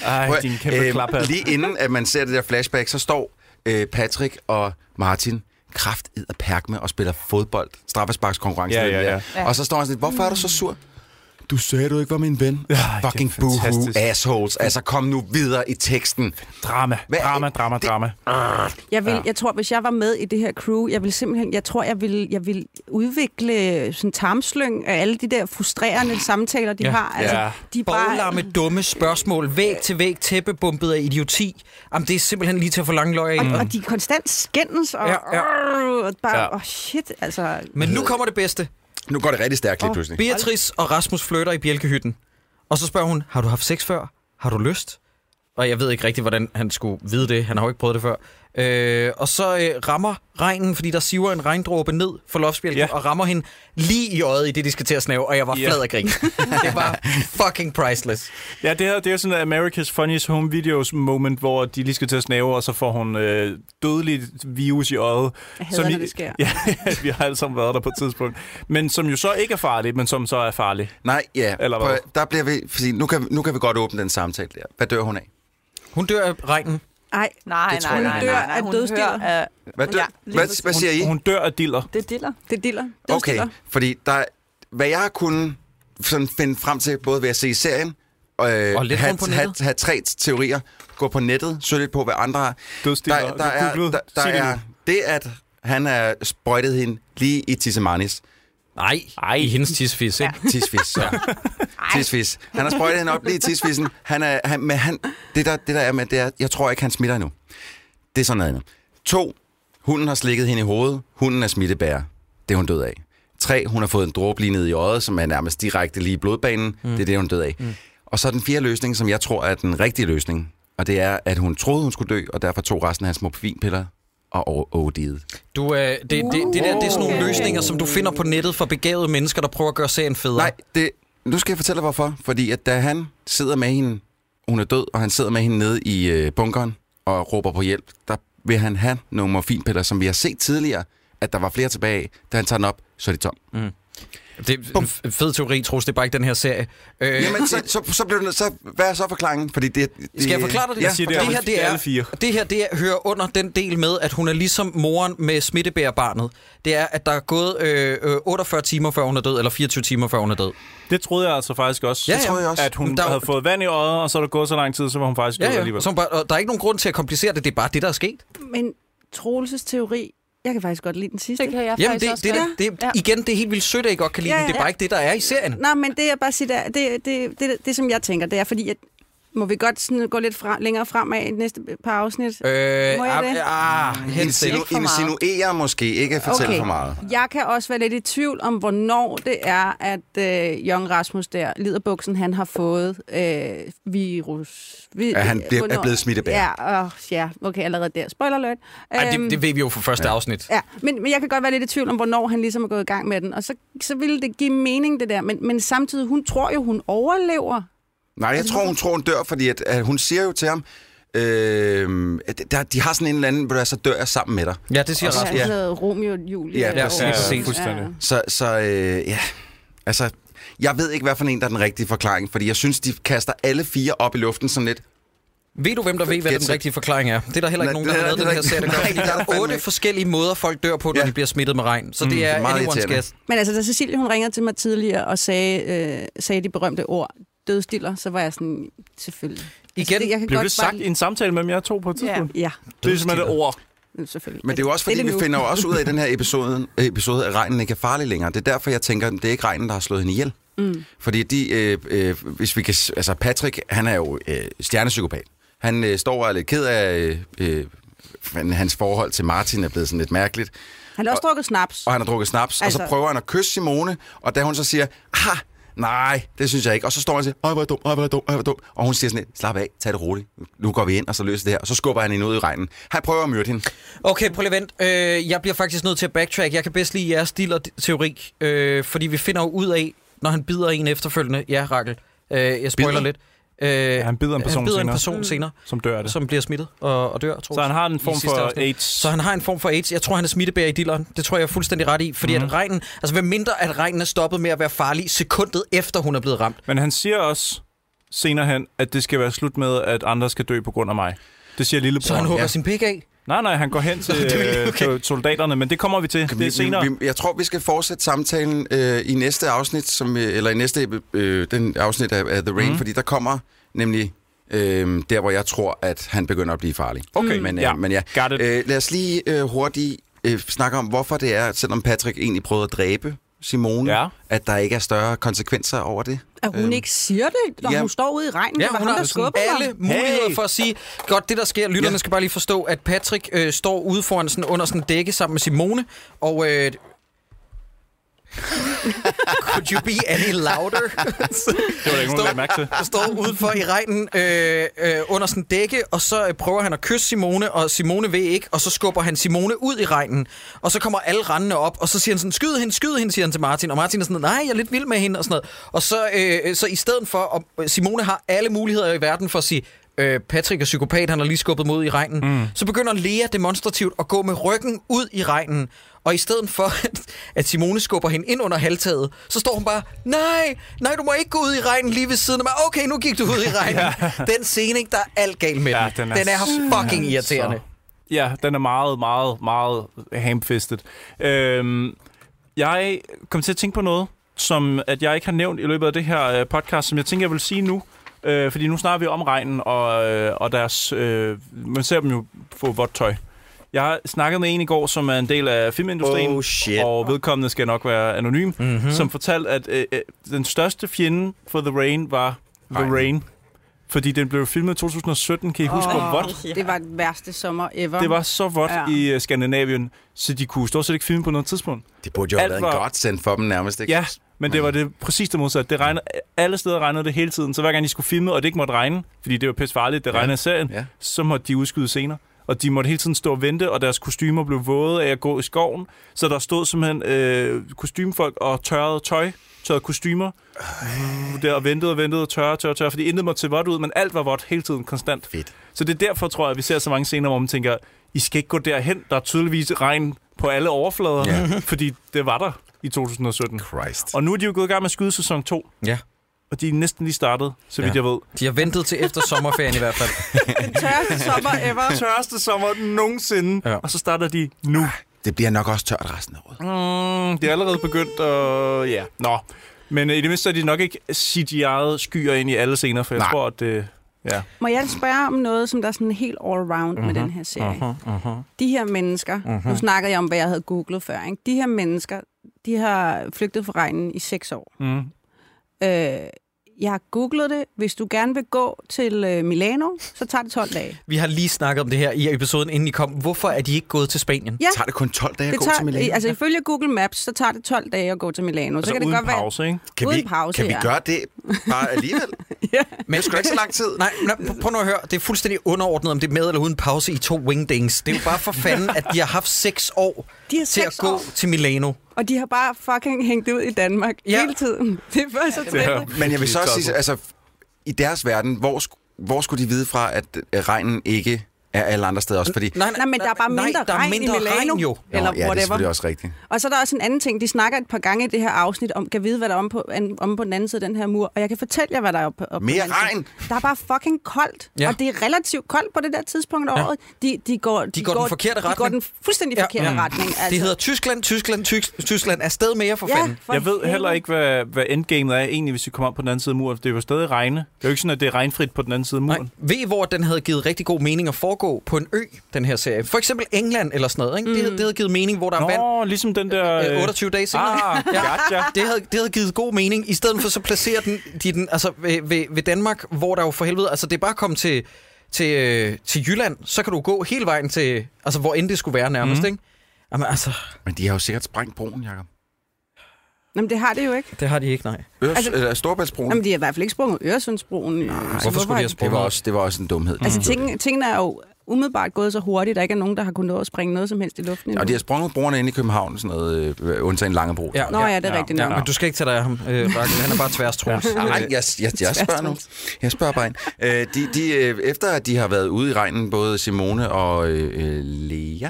Ej, din kæmpe øh, klap Øhm, Lige inden, at man ser det der flashback, så står øh, Patrick og Martin kraft og perk med og spiller fodbold. Straffesparkskonkurrencen. Ja, den ja, der. Og så står han sådan lidt, hvorfor er du så sur? Du sagde, du ikke var min ven. Ja, Fucking det er boohoo fantastisk. assholes. Altså, kom nu videre i teksten. Drama, Hvad er drama, det? drama, Det- drama. Jeg, vil, ja. jeg tror, hvis jeg var med i det her crew, jeg vil simpelthen, jeg tror, jeg vil, jeg vil udvikle sådan tarmslyng af alle de der frustrerende samtaler, de Ja. ja. har. Altså, Ja. de er bare, Boglamme, dumme spørgsmål, væg til væg, tæppebumpet af idioti. Jamen, det er simpelthen lige til at forlange løg af en. og, og de er konstant skændes, og, Ja, ja, ja. ja. og bare, Ja. ja. oh shit, altså... Men nu kommer det bedste. Nu går det rigtig stærkt lige pludselig. Beatrice og Rasmus flytter i bjælkehytten. Og så spørger hun, har du haft sex før? Har du lyst? Og jeg ved ikke rigtig, hvordan han skulle vide det. Han har jo ikke prøvet det før. Øh, og så øh, rammer regnen, fordi der siver en regndråbe ned for loftsbjælken, Ja. og rammer hende lige i øjet i det, de skal til at snave, og jeg var Ja. flad af grin. det var fucking priceless. Ja, det her det er jo sådan en America's Funniest Home Videos moment, hvor de lige skal til at snæve, og så får hun øh, dødeligt virus i øjet. Jeg hader, når det sker. Ja, vi har alle sammen været der på et tidspunkt. Men som jo så ikke er farligt, men som så er farligt. Nej, ja. Eller Prøv, hvad? der bliver vi, fordi nu kan, nu kan vi godt åbne den samtale der. Hvad dør hun af? Hun dør af regnen. Ej, Nej, Det tror nej, jeg nej, ikke. nej, nej. Hun dør af dødsdiller. af... Hvad, dør, Ja, ja, lige hvad, præcis. hvad siger I? Hun dør af diller. Det er diller. det diller. Det Okay, fordi der, hvad jeg har kunnet sådan finde frem til, både ved at se serien, øh, Og lidt have, rundt på have, nettet. have tre teorier, gå på nettet, søge lidt på, hvad andre har. Dødsstiller. Der, der, er, Du googlede. der, der Sig det er det, at han har sprøjtet hende lige i Tissemanis. Nej, Ej. i hendes tisfis, ikke? Tisfis, så. Tisfis. Han har sprøjtet hende op lige i tisfissen. Han er, han, men han, det, der, det der er med, det er, jeg tror ikke, han smitter endnu. Det er sådan noget andet. To, hunden har slikket hende i hovedet. Hunden er smittebærer. Det er hun død af. Tre, hun har fået en dråbe lige ned i øjet, som er nærmest direkte lige i blodbanen. Mm. Det er det, hun er død af. Mm. Og så den fjerde løsning, som jeg tror er den rigtige løsning. Og det er, at hun troede, hun skulle dø, og derfor tog resten af hans morfinpiller og OD'ede. Du, øh, det, det, det, der, det er sådan nogle løsninger, som du finder på nettet for begavede mennesker, der prøver at gøre serien federe. Nej, det, nu skal jeg fortælle dig hvorfor. Fordi at da han sidder med hende, hun er død, og han sidder med hende nede i øh, bunkeren og råber på hjælp, der vil han have nogle morfinpiller, som vi har set tidligere, at der var flere tilbage af. Da han tager den op, så er de tom. Det er en f- fed teori, Troels. Det er bare ikke den her serie. Øh, Jamen, så, så, så bliver du nødt- så, hvad er så forklaringen? Fordi det, det, Skal jeg forklare dig det? Ja, Jeg siger, det, det det er her, det er, alle fire. det her det er, hører under den del med, at hun er ligesom moren med smittebærbarnet. Det er, at der er gået øh, øh, 48 timer, før hun er død, eller 24 timer, før hun er død. Det troede jeg altså faktisk også. Ja, Det ja. troede jeg også. At hun Men der- havde fået vand i øjet, og så er der gået så lang tid, så var hun faktisk død Ja, ja. alligevel. Som bare, og der er ikke nogen grund til at komplicere det, det er bare det, der er sket. Men Troelses teori, jeg kan faktisk godt lide den sidste. Det kan jeg Jamen, faktisk det, også det, godt. det, det, Ja. igen, det er helt vildt sødt, at I godt kan lide Ja, den. Det er ja, bare ja. ikke det, der er i serien. Øh, Nej, men det jeg bare siger, det, det, det, det, det som jeg tænker, det er fordi, at må vi godt sådan gå lidt fra, længere fremad i de næste par afsnit? Øh, Må jeg ah, det? ah, helst ikke. Insinu, for meget. insinuerer måske, ikke fortælle okay. for meget. Jeg kan også være lidt i tvivl om, hvornår det er, at øh, Jørgen Rasmus der, liderbuksen, han har fået øh, virus. Vi, At han bliver- hvornår- er blevet smittebærer. Ja, øh, ja, okay, allerede der. Spoiler alert. Ej, Øhm, det, det ved vi jo fra første afsnit. Ja, men, men jeg kan godt være lidt i tvivl om, hvornår han ligesom er gået i gang med den. Og så, så ville det give mening, det der. Men, men samtidig, hun tror jo, hun overlever. Nej, Altså, jeg tror, hun tror, hun dør, fordi at, at hun siger jo til ham, øh, at der, de har sådan en eller anden, hvor der, så dør jeg sammen med dig. Ja, det siger Og så- Rasmus. Han ja. hedder Romeo og Julie. Ja, eller præcis, Romeo. præcis. Fuldstændig. Så, så øh, ja, altså, jeg ved ikke, hvad for en, der er den rigtige forklaring, fordi jeg synes, de kaster alle fire op i luften sådan lidt. Ved du, hvem der ved, hvad Gæt den selv. rigtige forklaring er? Det er der heller ikke Nej, nogen, der har det er lavet der den her ikke. serie, der gør. Nej, Fordi det er Der der er fandme otte ikke. forskellige måder, folk dør på, når Ja. de bliver smittet med regn. Så det det er er meget anyone's irriterende. guess. Men altså, da Cecilie hun ringede til mig tidligere og sagde, øh, sagde de berømte ord, dødstiller, så var jeg sådan, selvfølgelig. Altså, Igen, det- jeg kan Blev godt det sagt bare- i en samtale mellem jer to på et tidspunkt? Ja, Det er simpelthen et ord. men selvfølgelig. Men det er jo også, fordi vi nu. finder jo også ud af i den her episode, episode at regnen ikke er farlig længere. Det er derfor, jeg tænker, at det er ikke regnen, der har slået hende ihjel. Mm. Fordi de, øh, øh, hvis vi kan, s- altså Patrick, han er jo øh, stjernepsykopat. Han øh, står og er lidt ked af, øh, øh, fanden, hans forhold til Martin er blevet sådan lidt mærkeligt. Han har også drukket snaps. og han har drukket snaps, altså, og Altså- så prøver han at kysse Simone, og da hun så siger, ah, nej, det synes jeg ikke. Og så står han og siger, ej, hvor er jeg dum, ej, hvor er jeg dum, ej, hvor er jeg dum. Og hun siger sådan lidt, slap af, tag det roligt. Nu går vi ind, og så løser det her. Og så skubber han hende ud i regnen. Han prøver at myrde hende. Okay, prøv lige at vent. Øh, jeg bliver faktisk nødt til at backtrack. Jeg kan bedst lide jeres stil og teori, øh, fordi vi finder jo ud af, når han bider en efterfølgende. Ja, Rakel, øh, jeg spoiler Bider? lidt. Øh, ja, han bider en person han bider en senere. person senere, som dør af det. som bliver smittet og, og dør, tror Så han har en i form sidste for afsnit. AIDS. Så han har en form for AIDS. Jeg tror, han er smittebærer i dilleren. Det tror jeg er fuldstændig ret i. Fordi mm. Mhm. at regnen, altså hvad mindre at regnen er stoppet med at være farlig sekundet efter, hun er blevet ramt. Men han siger også senere hen, at det skal være slut med, at andre skal dø på grund af mig. Det siger lillebror. Så han hugger ja. ja. sin pik af. Nej, nej, han går hen til, det er øh, okay. til soldaterne, men det kommer vi til. Det er senere. Vi, vi, jeg tror, vi skal fortsætte samtalen øh, i næste afsnit, som, øh, eller i næste øh, den afsnit af, af The Mhm. Rain, mm. fordi der kommer nemlig øh, der, hvor jeg tror, at han begynder at blive farlig. Okay, Men, ja. øh, men ja. Got it. Øh, lad os lige øh, hurtigt øh, snakke om, hvorfor det er, at selvom Patrick egentlig prøvede at dræbe Simone, Ja. at der ikke er større konsekvenser over det. At hun ikke siger det, når ja. hun står ude i regnen. det var hun ham, har der skubbede alle ham. muligheder Hey! for at sige, godt det der sker, lytterne Ja. ja. skal bare lige forstå, at Patrick øh, står ude foran sådan, under sådan en dække sammen med Simone, og... Øh, Could you be any louder? Det var der ikke nogen, der lagde mærke til. der står udenfor i regnen øh, øh, under sådan en dække, og så øh, prøver han at kysse Simone, og Simone vil ikke, og så skubber han Simone ud i regnen. Og så kommer alle rendende op, og så siger han sådan, skyd hende, skyd hende, siger han til Martin. Og Martin er sådan, nej, jeg er lidt vild med hende, og sådan noget. Og så, øh, så i stedet for, at Simone har alle muligheder i verden for at sige, øh, Patrick er psykopat, han har lige skubbet mod i regnen. Mm. Så begynder Lea demonstrativt at gå med ryggen ud i regnen. Og i stedet for, at Simone skubber hende ind under halvtaget, så står hun bare, nej, nej, du må ikke gå ud i regnen lige ved siden af mig. Okay, nu gik du ud i regnen. Den scene, ikke, der er alt galt med Ja, den. den er Den er fucking irriterende. Så- Ja, den er meget, meget, meget hamfistet. Øhm, jeg kom til at tænke på noget, som at jeg ikke har nævnt i løbet af det her øh, podcast, som jeg tænker, jeg vil sige nu. Øh, fordi nu snakker vi om regnen, og, øh, og deres, øh, man ser dem jo få vådt tøj. Jeg snakkede med en i går, som er en del af filmindustrien, Oh, Mhm. shit. og vedkommende skal nok være anonym, mm-hmm. som fortalte, at øh, øh, den største fjende for The Rain var The Regnen. Rain. Fordi den blev filmet i 2017. Kan I huske, hvor Åh, vådt Det var den værste sommer ever. det var så vådt ja. Ja. i øh, Skandinavien, så de kunne stort set ikke filme på noget tidspunkt. Det burde jo have Alt været var- en godsend for dem nærmest, ikke? Ja, men det var det præcis det modsatte. Det regnede, alle steder regnede det hele tiden, så hver gang de skulle filme, og det ikke måtte regne, fordi det var pisse farligt, det Ja. ja. regnede i serien, Ja. ja. så måtte de udskyde senere. Og de måtte hele tiden stå og vente, og deres kostymer blev våde af at gå i skoven. Så der stod simpelthen øh, kostymefolk og tørrede tøj, tørrede kostymer, der og ventede og ventede og tørrede, tørrede, tørrede, fordi intet måtte se vådt ud, men alt var vådt hele tiden, konstant. Fedt. Så det er derfor, tror jeg, at vi ser så mange scener, hvor man tænker, I skal ikke gå derhen. Der er tydeligvis regn på alle overflader, Ja. yeah. fordi det var der i 2017. Christ. Og nu er de jo gået i gang med at skyde sæson 2, Ja, og de er næsten lige startet, så vidt Ja. ja. jeg ved. de har ventet til efter sommerferien i hvert fald. den tørreste sommer ever. Tørste sommer nogensinde, Ja. ja. og så starter de nu. Det bliver nok også tørt resten af året. Mm, det er allerede begyndt, og ja, nå. Men øh, i det mindste er de nok ikke CGI'et skyer ind i alle scener, for jeg Nej. tror, at øh, mm, det... Ja. Må jeg spørge om noget, som der er sådan helt all-round mm-hmm. med den her serie? Mm-hmm. De her mennesker, mm-hmm. nu snakkede jeg om, hvad jeg havde googlet før, ikke? de her mennesker, de har flygtet fra regnen i seks år. Mm. Øh, jeg har googlet det. Hvis du gerne vil gå til øh, Milano, så tager det 12 dage. Vi har lige snakket om det her i episoden, inden I kom. Hvorfor er de ikke gået til Spanien? Ja, Tager det kun 12 dage at det gå til Milano? tager, altså ifølge Google Maps, så tager det 12 dage at gå til Milano. Altså så kan det uden godt pause, ikke? Kan uden vi, pause, kan vi ja. gøre det bare alligevel? Men Det skulle ikke så lang tid. Nej, nej pr- prøv nu at høre. Det er fuldstændig underordnet, om det er med eller uden pause i to wingdings. Det er jo bare for fanden, at de har haft seks år De har til at seks gå år. til Milano. være, og de har bare fucking hængt det ud i Danmark Ja. hele tiden. Det er bare så Ja. tæt. Men jeg vil så også Tosset. sige, altså, i deres verden, hvor, sk- hvor skulle de vide fra, at øh, regnen ikke er alle andre steder også? Fordi, Nej, men der er bare mindre nej, der er regn mindre i Milano. regn jo. Nå, Eller ja, det er whatever. selvfølgelig også rigtigt. Og så er der også en anden ting. De snakker et par gange i det her afsnit om, kan vide, hvad der er om på, an, om på den anden side af den her mur. Og jeg kan fortælle jer, hvad der er oppe op Mere på den anden regn! Side. Der er bare fucking koldt. Ja. Ja. Og det er relativt koldt på det der tidspunkt af Ja. året. De, de, går, de, går den forkerte De går retning. den fuldstændig Ja. forkerte Mm. retning. Altså. Det hedder Tyskland, Tyskland, Tysk, Tyskland. Er sted mere for ja. fanden. for Jeg ved helvede. heller ikke, hvad, hvad endgamet er egentlig, hvis vi kommer op på den anden side af muren. for Det er jo stadig regne. Det er jo ikke sådan, at det er regnfrit på den anden side af Nej. muren. Ved I, hvor den havde givet rigtig god mening at foregå på en ø, den her serie? For eksempel England eller sådan noget. Ikke? Mm. Det, havde, det havde givet mening, hvor der er vand Nå, ligesom den der... øh, 28 dage senere. Ah, gotcha. Det havde, det havde givet god mening. I stedet for så placerer den, de den altså, ved, ved, ved Danmark, hvor der jo for helvede... Altså, det er bare at komme til, til, øh, til Jylland, så kan du gå hele vejen til... Mhm. Altså, hvor end det skulle være nærmest, mm. ikke? Jamen, altså... Men de har jo sikkert sprængt broen, Jacob. Jamen, det har det jo ikke. Det har de ikke, nej. Øres, altså, Altså- eller Storebæltsbroen. Jamen, de har i hvert fald ikke sprunget Øresundsbroen. Nej, Hvorfor skulle de have Det var, sprunget? også, det var også en dumhed. Altså, ting, tingene er jo umiddelbart gået så hurtigt, at der ikke er nogen, der har kunnet nå at springe noget som helst i luften endnu. Og de har sprunget broerne ind i København, sådan noget, øh, undtagen Langebro. Ja. Nå ja, det er rigtigt nok. Ja, men du skal ikke tage dig af ham, øh, Rakel. Han er bare tværstrus. Nej, Ah, jeg, jeg, jeg spørger nu. Jeg spørger bare ind. Øh, de, de, øh, efter at de har været ude i regnen, både Simone og øh, øh, Lea,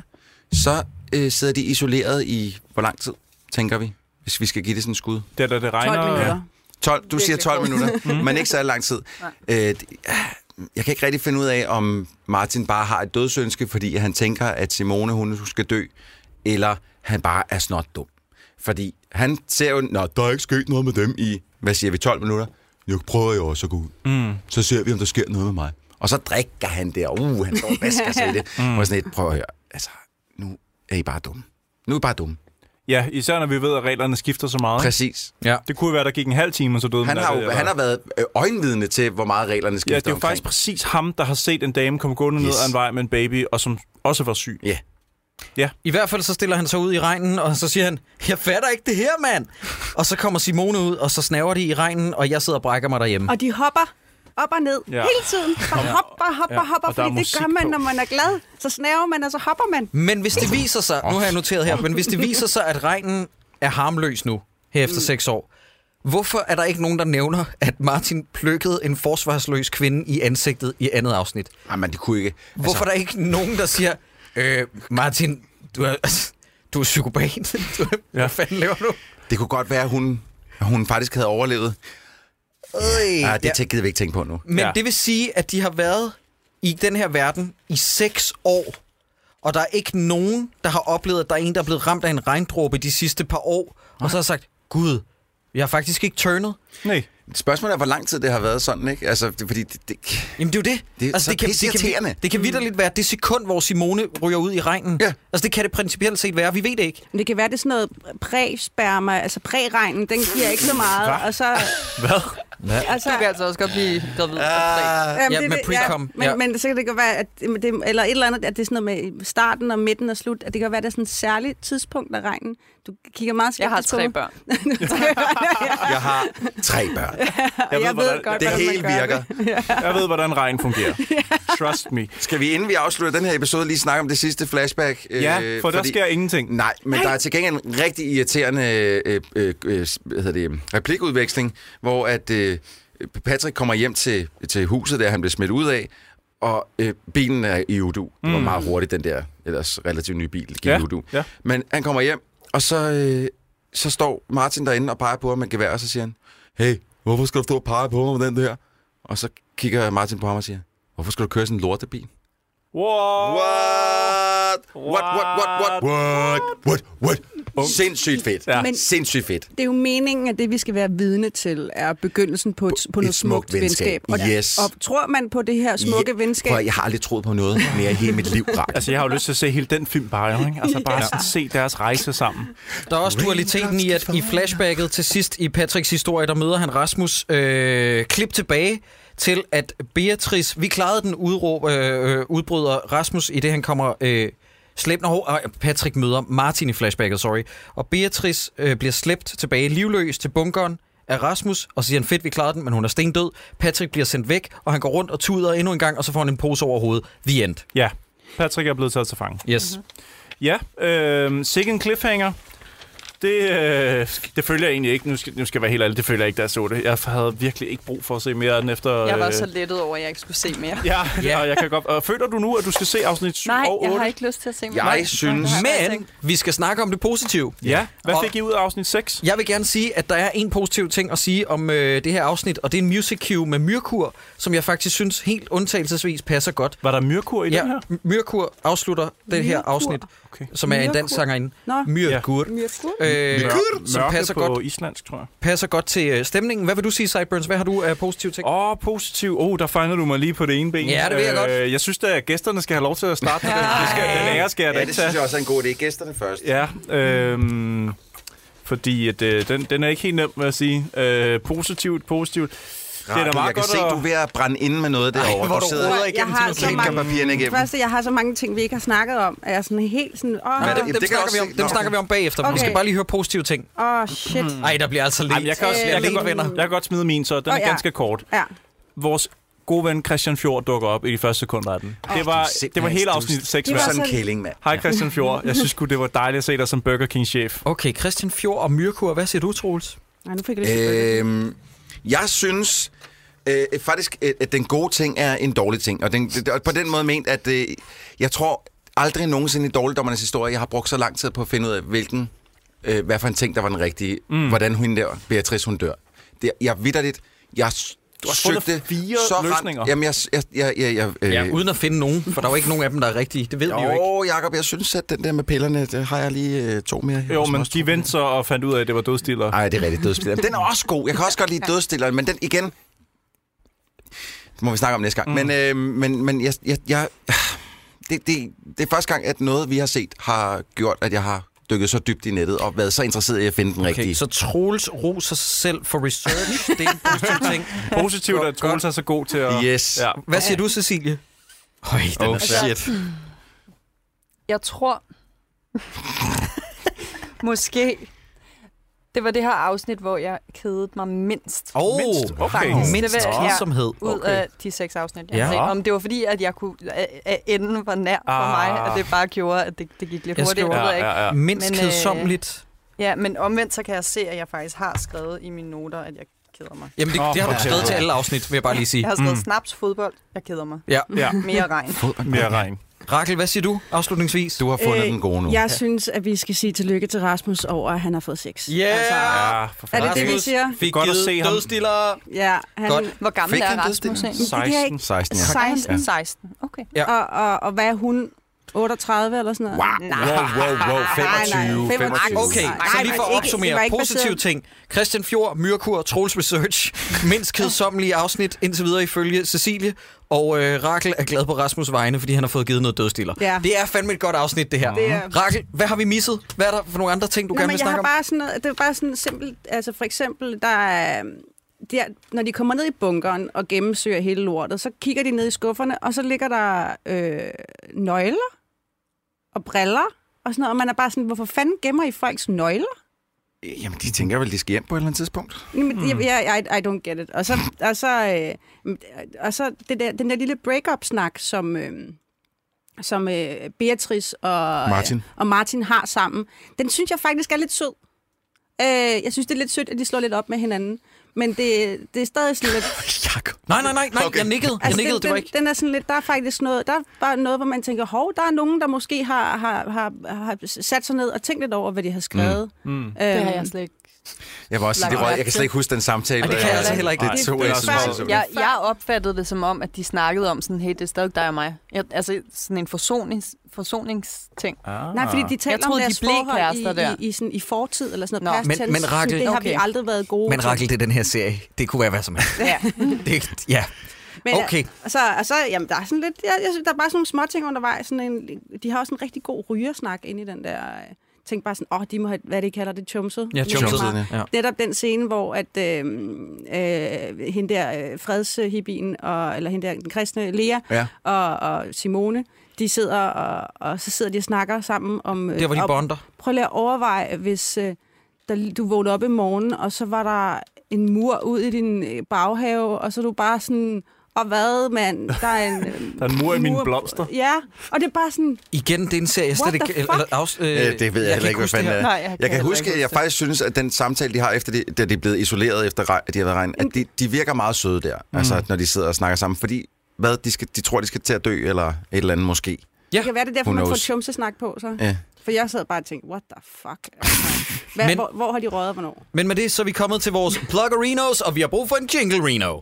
så øh, sidder de isoleret i, hvor lang tid, tænker vi? Hvis vi skal give det sådan en skud. Det er da det 12 regner. minutter. 12, du siger 12 minutter, men ikke så lang tid. Øh, det- jeg kan ikke rigtig finde ud af, om Martin bare har et dødsønske, fordi han tænker, at Simone hun skal dø, eller han bare er snot dum. Fordi han ser jo, at der er ikke sket noget med dem i, hvad siger vi, 12 minutter? Nu prøver jeg også at gå ud. Mm. Så ser vi, om der sker noget med mig. Og så drikker han der. Uh, han står og vasker sig i det. Mm. Og sådan et, prøv at høre. Altså, nu er I bare dumme. Nu er I bare dumme. Ja, især når vi ved, at reglerne skifter så meget. ikke? Præcis. Ja. Det kunne jo være, der gik en halv time, og så døde Han man af har, det, jo, eller- han har været øh, øjenvidne til, hvor meget reglerne skifter Ja, det er jo omkring. faktisk præcis ham, der har set en dame komme gående yes. ned Yes. ad en vej med en baby, og som også var syg. Ja. I hvert fald så stiller han sig ud i regnen, og så siger han, jeg fatter ikke det her, mand. Og så kommer Simone ud, og så snaver de i regnen, og jeg sidder og brækker mig derhjemme. Og de hopper op og ned Ja. ja. hele tiden. Bare hopper, hopper, Ja, ja. og hopper, der er fordi det gør musik man, på. når man er glad. Så snæver man, og så hopper man. Men hvis det viser sig, nu har jeg noteret her, men hvis det viser sig, at regnen er harmløs nu, her Mm. efter seks år, hvorfor er der ikke nogen, der nævner, at Martin plukkede en forsvarsløs kvinde i ansigtet i andet afsnit? Ej, men det kunne ikke. Hvorfor altså... er der ikke nogen, der siger, øh, Martin, du er, du er psykopat. Du er, ja. Hvad fanden laver du? Altså, Det kunne godt være, at hun, at hun faktisk havde overlevet. Øh, Ja, det ja. gider vi ikke tænke på nu. Men Ja. ja. det vil sige, at de har været i den her verden i seks år, og der er ikke nogen, der har oplevet, at der er en, der er blevet ramt af en regndråbe de sidste par år, og så har sagt, Gud, jeg har faktisk ikke turnet. Nej. Spørgsmålet er, hvor lang tid det har været sådan, ikke? Altså, det, fordi det, det, Jamen det er jo det. Det er så pisseirriterende. det, kan, det kan vidderligt være det sekund, hvor Simone ryger ud i regnen. Ja. Altså det kan det principielt set være. Vi ved det ikke. Men det kan være, det er sådan noget præsperma, altså præregnen, den giver ikke så meget. Og så, Hvad? altså, Du kan altså også godt blive gravid. Jamen, Ja, det er med det, pre-com, Men, ja. men så kan det godt være, at det, eller et eller andet, at det er sådan noget med starten og midten og slut, at det kan være, at der er sådan et særligt tidspunkt af regnen. Du kigger meget Jeg har altså skeptisk på tre mig. børn. jeg har tre børn. Jeg, jeg ved, hvordan- godt, hvordan Det man hele gør virker. Jeg ved, hvordan regn fungerer. Trust me. Skal vi, inden vi afslutter den her episode, lige snakke om det sidste flashback? Øh, Ja, for der sker ingenting. Nej, men der er til gengæld en rigtig irriterende øh, øh, øh, hvad hedder det, replikudveksling, hvor at øh, Patrick kommer hjem til, til huset, der han blev smidt ud af, og øh, bilen er i Udu. Det var meget hurtigt, den der ellers relativt nye bil, gik Mm. Ja, i Udu. ja. Men han kommer hjem, og så, øh, så står Martin derinde og peger på ham med gevær, og så siger han, hey, hvorfor skal du stå og pege på mig med den der? Og så kigger Martin på ham og siger, hvorfor skal du køre sådan en lortebil? Wow. What? What, what, what, what, what, what, what? Sindssygt fedt. Ja. Men, Sindssygt fedt. Det er jo meningen, at det, vi skal være vidne til, er begyndelsen på, et, på noget smukt, venskab. Og, Yes. og tror man på det her smukke Ja, venskab, Prøv, at- jeg har aldrig troet på noget mere i hele mit liv, Rak. Altså, jeg har jo lyst til at se hele den film bare, jo, ikke? Altså, bare sådan se deres rejse sammen. Der er også dualiteten i, at i flashbacket til sidst i Patricks historie, der møder han Rasmus. Øh, klip tilbage til, at Beatrice, vi klarede den udråb, øh, øh, udbryder Rasmus, i det han kommer øh, slæbt, og og Patrick møder Martin i flashbacket, sorry. Og Beatrice øh, bliver slæbt tilbage livløs til bunkeren af Rasmus, og så siger han, fedt, vi klarede den, men hun er stendød. Patrick bliver sendt væk, og han går rundt og tuder endnu en gang, og så får han en pose over hovedet. The end. Ja. Patrick er blevet taget til fange. Yes. Mm-hmm. Ja, øh, sikke en cliffhanger. Det, øh, det følger jeg egentlig ikke. Nu skal, nu skal jeg være helt ærlig, det følger jeg ikke, da jeg så det. Jeg havde virkelig ikke brug for at se mere af den efter... Jeg var øh, så lettet over, at jeg ikke skulle se mere. Ja, ja. Ja. og jeg kan godt... Og føler du nu, at du skal se afsnit 7 Nej, og 8? jeg har ikke lyst til at se Jeg mere. Nej, synes- det har Altså, jeg bare Men tænkt. vi skal snakke om det positive. Ja. Hvad Og- fik I ud af afsnit 6? Jeg vil gerne sige, at der er en positiv ting at sige om øh, det her afsnit, og det er en music cue med Myrkur, som jeg faktisk synes helt undtagelsesvis passer godt. Var der myrkur i Ja, den her? M- Myrkur afslutter det her Myrkur? afsnit, Okay. som er en dansk Myrkur? sangerinde. Nå. Myrkur. Myrkur? Øh, som Mørke passer på godt, islandsk, tror jeg. passer godt til øh, stemningen. Hvad vil du sige, Sideburns? Hvad har du af positive ting? Åh, oh, positiv. Åh, oh, der fangede du mig lige på det ene ben. Ja, det ved jeg godt. Øh, jeg synes da, at gæsterne skal have lov til at starte. med den. Det skal, den ære skal jeg da Ja, ikke det tage. synes jeg også er en god idé. Gæsterne først. Ja, øh, fordi at, øh, den, den er ikke helt nem, vil jeg sige. Øh, positivt, positivt. radio. Det er meget jeg kan godt se, at- du er ved at brænde inde med noget derovre. hvor du sidder roder og ikke igennem til Altså, kigger papirerne igennem. Først, jeg har så mange ting, vi ikke har snakket om. at Jeg er sådan helt sådan, åh, Hvad er Dem, det- dem, kan jeg snakker også vi om, se. dem Nå. Mm. snakker vi om bagefter. Okay. Vi skal Okay. bare lige høre positive ting. åh, shit. Ej, der bliver altså lidt. Jamen, jeg, kan også, Øh, jeg, kan godt, venner. jeg kan godt smide min, så den er Åh, ja. ganske kort. Ja. Vores gode ven Christian Fjord dukker op i de første sekunder af den. Det du er var, simpelthen det var hele stus. afsnit 6 Du er Det var værd. sådan en sådan- kæling, mand. Hej Christian Fjord. Jeg synes sgu, det var dejligt at se dig som Burger King-chef. Okay, Christian Fjord og Myrkur. Hvad siger du, Troels? Nej, nu fik jeg det. Øh, Øhm, jeg synes øh, faktisk, øh, at den gode ting er en dårlig ting. Og den, det, og på den måde ment, at øh, jeg tror aldrig nogensinde i dårligdommernes historie, jeg har brugt så lang tid på at finde ud af, hvilken, øh, hvad for en ting, der var den rigtige. Mm. Hvordan hun der, Beatrice, hun dør. Det, jeg vidderligt, jeg s- har fundet søgte fire så rent- løsninger. Jamen, jeg, jeg, jeg, jeg, jeg øh, Ja, uden at finde nogen, for der er jo ikke nogen af dem, der er rigtige. Det ved vi jo ikke. jo, Jacob, jeg synes, at den der med pillerne, det har jeg lige øh, to mere. her, Jo, som men også de tror- vendte sig og fandt ud af, at det var dødstiller. ej, det er rigtig dødsstilleren. Den er også god. Jeg kan også godt lide dødstilleren, men den igen... Det må vi snakke om næste gang. Mm. Men, øh, men, men jeg, jeg, jeg, det, det, det er første gang, at noget, vi har set, har gjort, at jeg har dykket så dybt i nettet og været så interesseret i at finde den okay, Okay, rigtige. så Troels roser sig selv for research. Det er en positiv ting. Positivt, at Troels er så god til at... Yes. Ja. Hvad siger du, Cecilie? Høj, den Oh, er Altså, shit. Jeg tror... Måske... Det var det her afsnit, hvor jeg kedede mig mindst. Mindst. Åh, Okay. okay. Det mindst vil- ja. kedsomhed. Ud af de seks afsnit, jeg ja. har Ja. set. Om det var fordi, at jeg kunne, at- at enden var nær for Ah. mig, og det bare gjorde, at det, det gik lidt Jeg hurtigt. skriver- Jeg ved jeg ikke. Ja, ja, ja. Mindst Men, øh, kedsommeligt. Ja, men omvendt så kan jeg se, at jeg faktisk har skrevet i mine noter, at jeg keder mig. Jamen, det, Åh, det har du for skrevet helvede. til alle afsnit, vil jeg bare lige sige. Jeg har skrevet Mm. mm. snaps, fodbold, jeg keder mig. Ja. ja. Mere regn. Mere regn. Rakel, hvad siger du afslutningsvis? Du har fundet Øh, den gode nu. jeg synes, at vi skal sige tillykke til Rasmus over, at han har fået sex. Altså, Ja, for Er det fanden. det, vi siger? Fik Godt at givet se ham. dødstiller. Ja, han, Godt. Hvor gammel Fik er han det, Rasmus Stine? egentlig? 16. 16, ja. 16. 16. Okay. og, og, og hvad er hun? 38 eller sådan noget? Wow, wow, wow, wow. 25, 25. Okay, Nej, så lige for nej, at ikke- det var opsummere ikke positive baseret- ting. Christian Fjord, Myrkur, Trolls Research, mindst kedsommelige afsnit indtil videre ifølge Cecilie, og øh, Rakel er glad på Rasmus' vegne, fordi han har fået givet noget dødstiller. Ja. Det er fandme et godt afsnit, det her. Det er- Rakel, hvad har vi misset? Hvad er der for nogle andre ting, du Nå, gerne men vil jeg snakke om? har bare sådan noget, det er bare sådan simpelt, altså for eksempel, der er, der, når de kommer ned i bunkeren og gennemsøger hele lortet, så kigger de ned i skufferne, og så ligger der øh, nøgler og briller og sådan noget, og man er bare sådan, hvorfor fanden gemmer I folks nøgler? Jamen, de tænker vel, de skal hjem på et eller andet tidspunkt. Jamen, Hmm. mm. jeg, jeg, I, I don't get it. Og så, og så, øh, og så det der, den der lille break-up-snak, som, øh, som øh, Beatrice og Martin. og Martin har sammen, den synes jeg faktisk er lidt sød. Øh, jeg synes, det er lidt sødt, at de slår lidt op med hinanden. Men det, det er stadig sådan lidt... Nej, nej, nej, nej, okay. jeg nikkede. Jeg nikkede, Altså, den, det var den, ikke... den er sådan lidt, der er faktisk noget, der er bare noget, hvor man tænker, hov, der er nogen, der måske har, har, har, har sat sig ned og tænkt lidt over, hvad de har skrevet. Mm. Mm. Øhm, Det har jeg slet ikke. Jeg var også sige, det røg, jeg kan slet ikke huske den samtale. Ej, det kan jeg altså heller ikke. Det er to, jeg synes, det er så Jeg, jeg opfattede det som om, at de snakkede om sådan, hey, det er stadig dig og mig. Jeg, altså sådan en forsonings, forsoningsting. Ah. Nej, fordi de taler troede, om de deres blev forhold i, kærester der. i, i, sådan, i fortid, eller sådan Nå. noget. past Men- tense. men Rakel- det har vi Okay. aldrig været gode Men til. Rakel, det er den her serie. Det kunne være hvad som helst. Ja. Det, ja. Men, øh, Okay. Og så, og så, jamen, der er sådan lidt, jeg, jeg synes, der er bare sådan nogle små ting undervejs. Sådan en, de har også en rigtig god rygersnak inde i den der... øh, Tænk bare sådan, åh, oh, de må have, hvad er det de kalder det, chumset. Ja, Lidt chumset, for meget. ja. Netop den scene, hvor at, øh, øh, hende der øh, fredshibien, og, eller hende der den kristne Lea Ja. og, og Simone, de sidder og, og så sidder de og snakker sammen om... øh, Der var de om- bonder. Prøv lige at overveje, hvis øh, der, du vågnede op i morgen, og så var der en mur ud i din øh, baghave, og så er du bare sådan, og hvad mand, der er en, øh, Der er en mur i mine blomster. Ja, og det er bare sådan, Igen, det er en serie, jeg slet What ikke... the fuck? Eller, afs, øh, Øh, det ved jeg, jeg heller ikke, hvad fanden er. her. Nej, jeg kan jeg kan heller huske, ikke at jeg huske det. faktisk synes, at den samtale, de har, efter de, da de er blevet isoleret efter regn, at de har været regn, at de, de virker meget søde der, mm. altså at når de sidder og snakker sammen, fordi hvad, de, skal, de tror, de skal til at dø, eller et eller andet måske. det kan være det er derfor, Who man får knows? chumsesnak på, så. Ja. For jeg sad bare og tænkte, what the fuck? Altså, hvad, Men- Men, hvor, hvor har de røget, hvornår? Men med det, så er vi kommet til vores Pluggerinos, og vi har brug for en Jinglerino.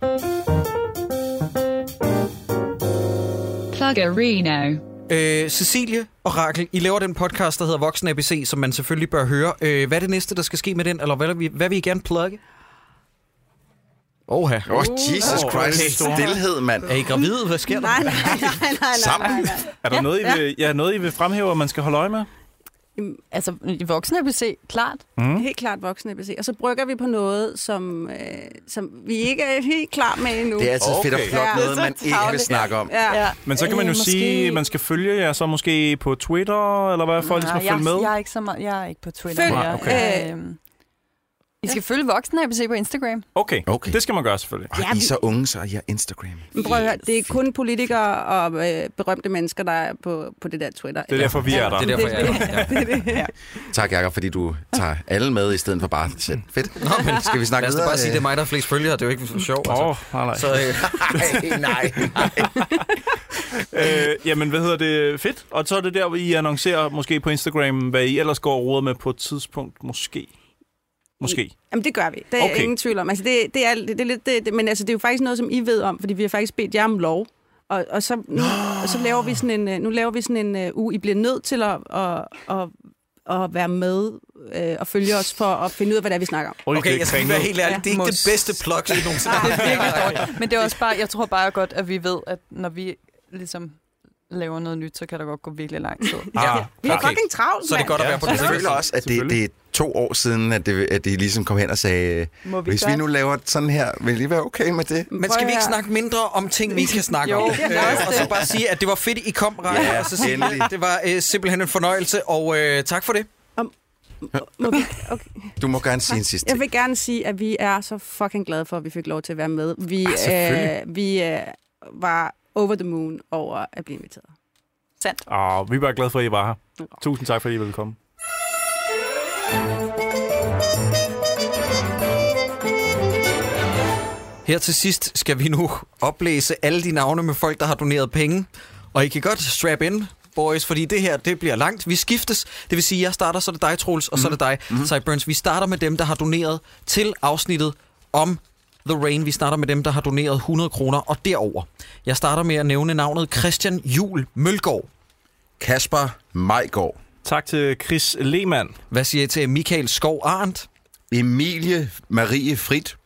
Pluggerino. Øh, Cecilie og Rakel, I laver den podcast, der hedder Voksen ABC, som man selvfølgelig bør høre. Øh, hvad er det næste, der skal ske med den, eller hvad, vil I- hvad vil I gerne plugge? Oha. Åh, oh, Jesus Åh, Christ, okay. stillhed, mand. Er I gravide? Hvad sker der? Nej, nej, nej, nej, nej, nej, nej. Sammen. Er der noget, I vil, ja, noget, I vil fremhæve, at man skal holde øje med? Jamen, Altså, voksne ABC, klart. Mm. Helt klart voksne ABC. Og så brygger vi på noget, som, øh, som vi ikke er helt klar med endnu. Det er altid okay. fedt Okay. og flot Ja. noget, Det er så man ikke vil tarveligt. snakke om. ja. Ja. Men så kan man jo Øh, måske... sige, at man skal følge jer så måske på Twitter, eller hvad folk skal jeg, følge med. Jeg er ikke, så meget, jeg er ikke på Twitter. Følg- mere. okay. Øhm, I skal følge voksne ABC på Instagram. Okay. Okay. det skal man gøre selvfølgelig. Og I er så unge, så I har Instagram. Men prøv at høre, det er kun politikere og øh, berømte mennesker, der er på, på det der Twitter. Det er derfor, vi er der. Det er derfor, jeg er der. Ja. Tak, Jacob, fordi du tager alle med i stedet for bare selv. Fedt. Nå, men skal vi snakke Lad os da videre? bare sige, det er mig, der har flest følgere. Det er jo ikke sjovt. Åh, Altså. oh, nej, nej. Så, øh, Nej, nej, nej. Øh, jamen, hvad hedder det? Fedt. Og så er det der, hvor I annoncerer måske på Instagram, hvad I ellers går og roder med på et tidspunkt. Måske. Måske. Jamen, det gør vi. Det er Okay. okay. ingen tvivl om. Altså, det, det er, det, det er lidt, det, det, men altså, det er jo faktisk noget, som I ved om, fordi vi har faktisk bedt jer om lov. Og, og så, nu, og så laver vi sådan en, øh, nu laver vi sådan en øh, uge, I bliver nødt til at, at, at, at være med øh, og følge os for at finde ud af, hvad det er, vi snakker om. okay, jeg skal lige være helt ærlig. Det er ikke det Mos. bedste plug, jeg nogensinde Det har. er virkelig dårligt. Men det er også bare, jeg tror bare godt, at vi ved, at når vi ligesom laver noget nyt, så kan der godt gå virkelig lang tid. Ah, Vi har Okay. fucking travlt, Så er det mand. godt at Ja, være på den Jeg sikre føler side. også, at det, det Selvfølgelig. er to år siden, at, det, at de ligesom kom hen og sagde, Må vi hvis godt? vi nu laver sådan her, vil I være okay med det? Men skal vi ikke Prøv at- snakke mindre om ting, vi ikke kan snakke Jo, om? Øh, det er også og så bare sige, at det var fedt, I kom, Raja. Ja, og så sige, endelig. det var øh, simpelthen en fornøjelse, og øh, tak for det. Må vi- Okay. Du må gerne sige en sidste Jeg ting. vil gerne sige, at vi er så fucking glade for, at vi fik lov til at være med. Vi, Ah, selvfølgelig. øh, vi øh, var over the moon over at blive inviteret. Sandt. Ah, vi er bare glade for, at I var her. Tusind tak, fordi I ville komme. Her til sidst skal vi nu oplæse alle de navne med folk, der har doneret penge. Og I kan godt strap in, boys, fordi det her, det bliver langt. Vi skiftes, det vil sige, jeg starter, så er det dig, Troels, og så er det dig, mm. Burns. Vi starter med dem, der har doneret til afsnittet om The Rain. Vi starter med dem, der har doneret 100 kroner og derover. Jeg starter med at nævne navnet Christian Jul Mølgaard. Kasper Majgaard, Tak til Chris Lehmann, Hvad siger I til Michael Skov Arndt? Emilie Marie Frit,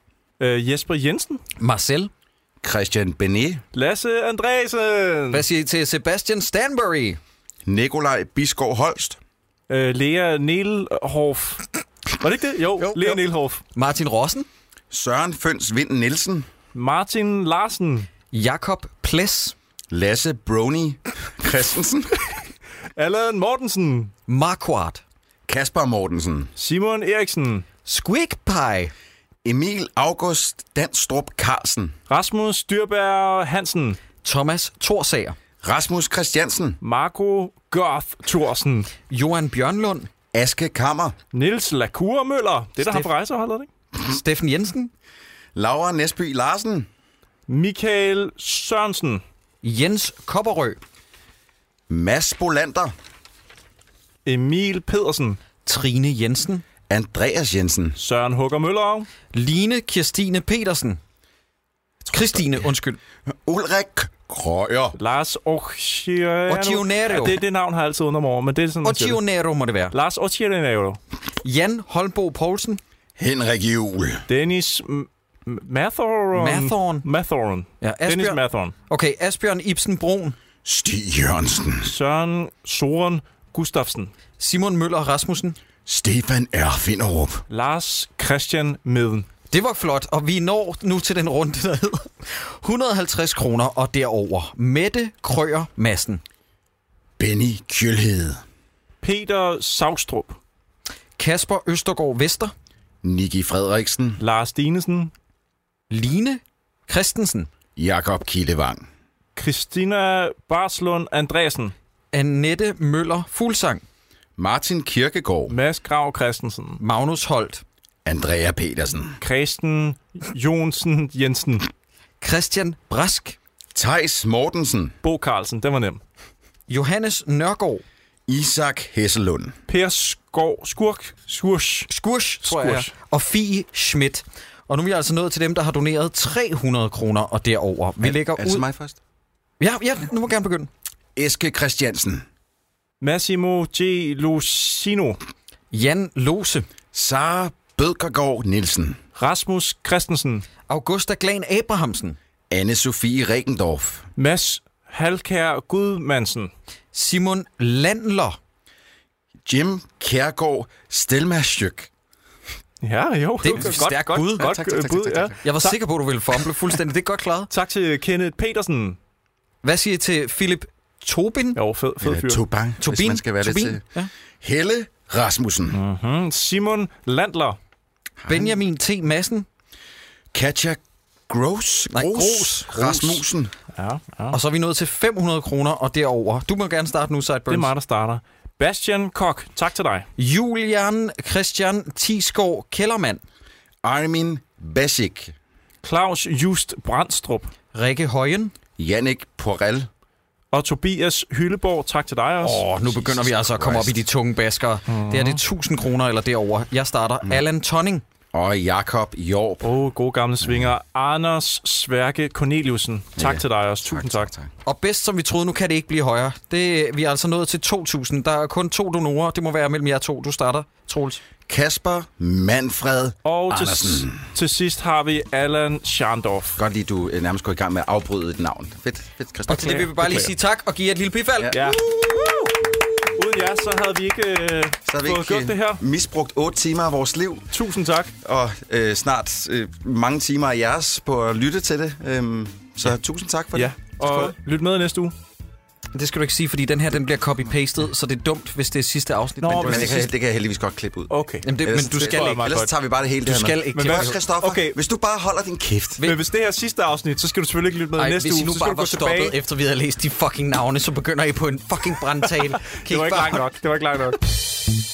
øh, Jesper Jensen, Marcel? Christian Benet, Lasse Andresen, Hvad siger I til Sebastian Stanbury? Nikolaj Biskov Holst, øh, Lea Nielhoff. Var det ikke det? Jo, jo Jo, Lea jo. Nielhoff. Martin Rossen? Søren Føns Vind Nielsen, Martin Larsen, Jakob Ples? Lasse Brony Christensen, Allan Mortensen, Marquardt? Kasper Mortensen, Simon Eriksen, Squigpie? Emil August Danstrup Carlsen, Rasmus Dyrberg Hansen, Thomas Torsager, Rasmus Christiansen, Marco Goth Thorsen, Johan Bjørnlund, Aske Kammer, Nils Lacour Møller, det er der har Steff- på rejseholdet, ikke? Steffen Jensen, Laura Nesby Larsen, Michael Sørensen, Jens Kopperø, Mads Bolander, Emil Pedersen, Trine Jensen, Andreas Jensen, Søren Hugger Møller, Line Kirstine Petersen, Christine, undskyld, Ulrik Krøyer, Lars Occhionero. Occhionero. Ja, det, det navn har jeg altid under mig over, men det er sådan, man siger det. Otionero må det være, Lars Occhionero. Jan Holmbo Poulsen, Henrik Juhl, Dennis M- M- Mathorn. Mathorn. Mathorn. ja, Dennis Asbjørn, Mathorn. okay, Asbjørn Ibsen Brun, Stig Jørgensen, Søren Soren Gustafsen. Simon Møller Rasmussen. Stefan R. Finderup, Lars Christian Meden. Det var flot, og vi når nu til den runde, der hedder 150 kroner og derover. Mette Krøyer Madsen, Benny Kjølhede, Peter Savstrup. Kasper Østergaard Vester, Niki Frederiksen, Lars Dinesen. Line Christensen, Jakob Kildevang, Christina Barslund Andreasen. Annette Møller Fuglsang, Martin Kirkegaard, Mads Grav Christensen. Magnus Holt, Andrea Petersen, Kristen Jonsen Jensen. Christian Brask, Tejs Mortensen, Bo Carlsen, den var nem. Johannes Nørgaard, Isak Hesselund, Per Skov Skurk. Skursch. Skursch, tror jeg, Skursch. og Fie Schmidt. Og nu er vi altså nået til dem, der har doneret 300 kroner og derover. Vi lægger Er det så ud... mig først? Ja, ja, nu må jeg gerne begynde. Eske Christiansen, Massimo G. Lucino. Jan Lose, Sara Bødkergaard Nielsen, Rasmus Christensen. Augusta Glan Abrahamsen, anne Sofie Regendorf, Mads Halkær Gudmansen. Simon Landler, Jim Kjærgaard Stelmarsjøk. Ja, jo. Det er et stærkt godt, bud. Godt, godt Ja, tak, tak, øh, tak, bud, tak, ja. tak, tak. Jeg var sikker på, at du ville fumble fuldstændig. Det er godt klaret. Tak til Kenneth Petersen. Hvad siger I til Philip Tobin? Jo, fed, fed fyr. Eller Tobang, hvis man skal være lidt Tobin? til. Ja. Helle Rasmussen. Mm. Mm, Simon Landler. Benjamin T. Madsen. Katja Gross. Nej, Gros. Gros. Rasmussen. Ja, ja. Og så er vi nået til 500 kroner og derover. Du må gerne starte nu, Sideburns. Det er mig, der starter. Bastian Kok, tak til dig. Julian Christian Tisgaard Kellermann. Armin Basic. Claus Just Brandstrup. Rikke Højen. Jannik Porel. Og Tobias Hylleborg, tak til dig også. Åh, oh, nu begynder vi altså at komme op i de tunge baskere. Det er det er 1000 kroner eller derover. Jeg starter Allan Tonning. Og Jakob Jorp. Åh, oh, gode gamle svinger. Anders Sværke Corneliusen. Tak til dig også. Tusind tak. tak. Og bedst som vi troede, nu kan det ikke blive højere. Det, vi er altså nået til 2000. Der er kun to donorer. Det må være mellem jer to. Du starter, Troels. Kasper Manfred Og til, Andersen. til sidst har vi Allan Schandorf. Godt lige, du øh, nærmest går i gang med at afbryde et navn. Fedt, fedt, Christoffer. Og til det vil vi bare lige sige tak og give jer et lille bifald. Ja. Ja. Uden jer, så havde vi ikke øh, Så har vi fået ikke gjort det her. øh, misbrugt otte timer af vores liv, Tusind tak. og øh, snart øh, mange timer af jeres på at lytte til det. Øhm, så ja. tusind tak for Ja, det. og lyt med næste uge. Det skal du ikke sige, fordi den her den bliver copy-pastet, så det er dumt, hvis det er sidste afsnit. Nå, men, Men men det kan, det kan jeg heldigvis godt klippe ud. Okay. Jamen det, men Ellers- du det skal tror jeg ikke. meget Ellers godt. tager vi bare det hele Du det her skal med. ikke. Men klippe hvad- det ud. Også Christoffer, Okay. okay. hvis du bare holder din kæft. Men hvis det her er sidste afsnit, så skal du selvfølgelig ikke lytte med Ej, næste hvis I uge. nu så skal bare du var gå stoppet tilbage. efter vi havde læst de fucking navne, så begynder I på en fucking brandtale. Kan I Det var ikke bare- langt nok. Det var ikke langt nok.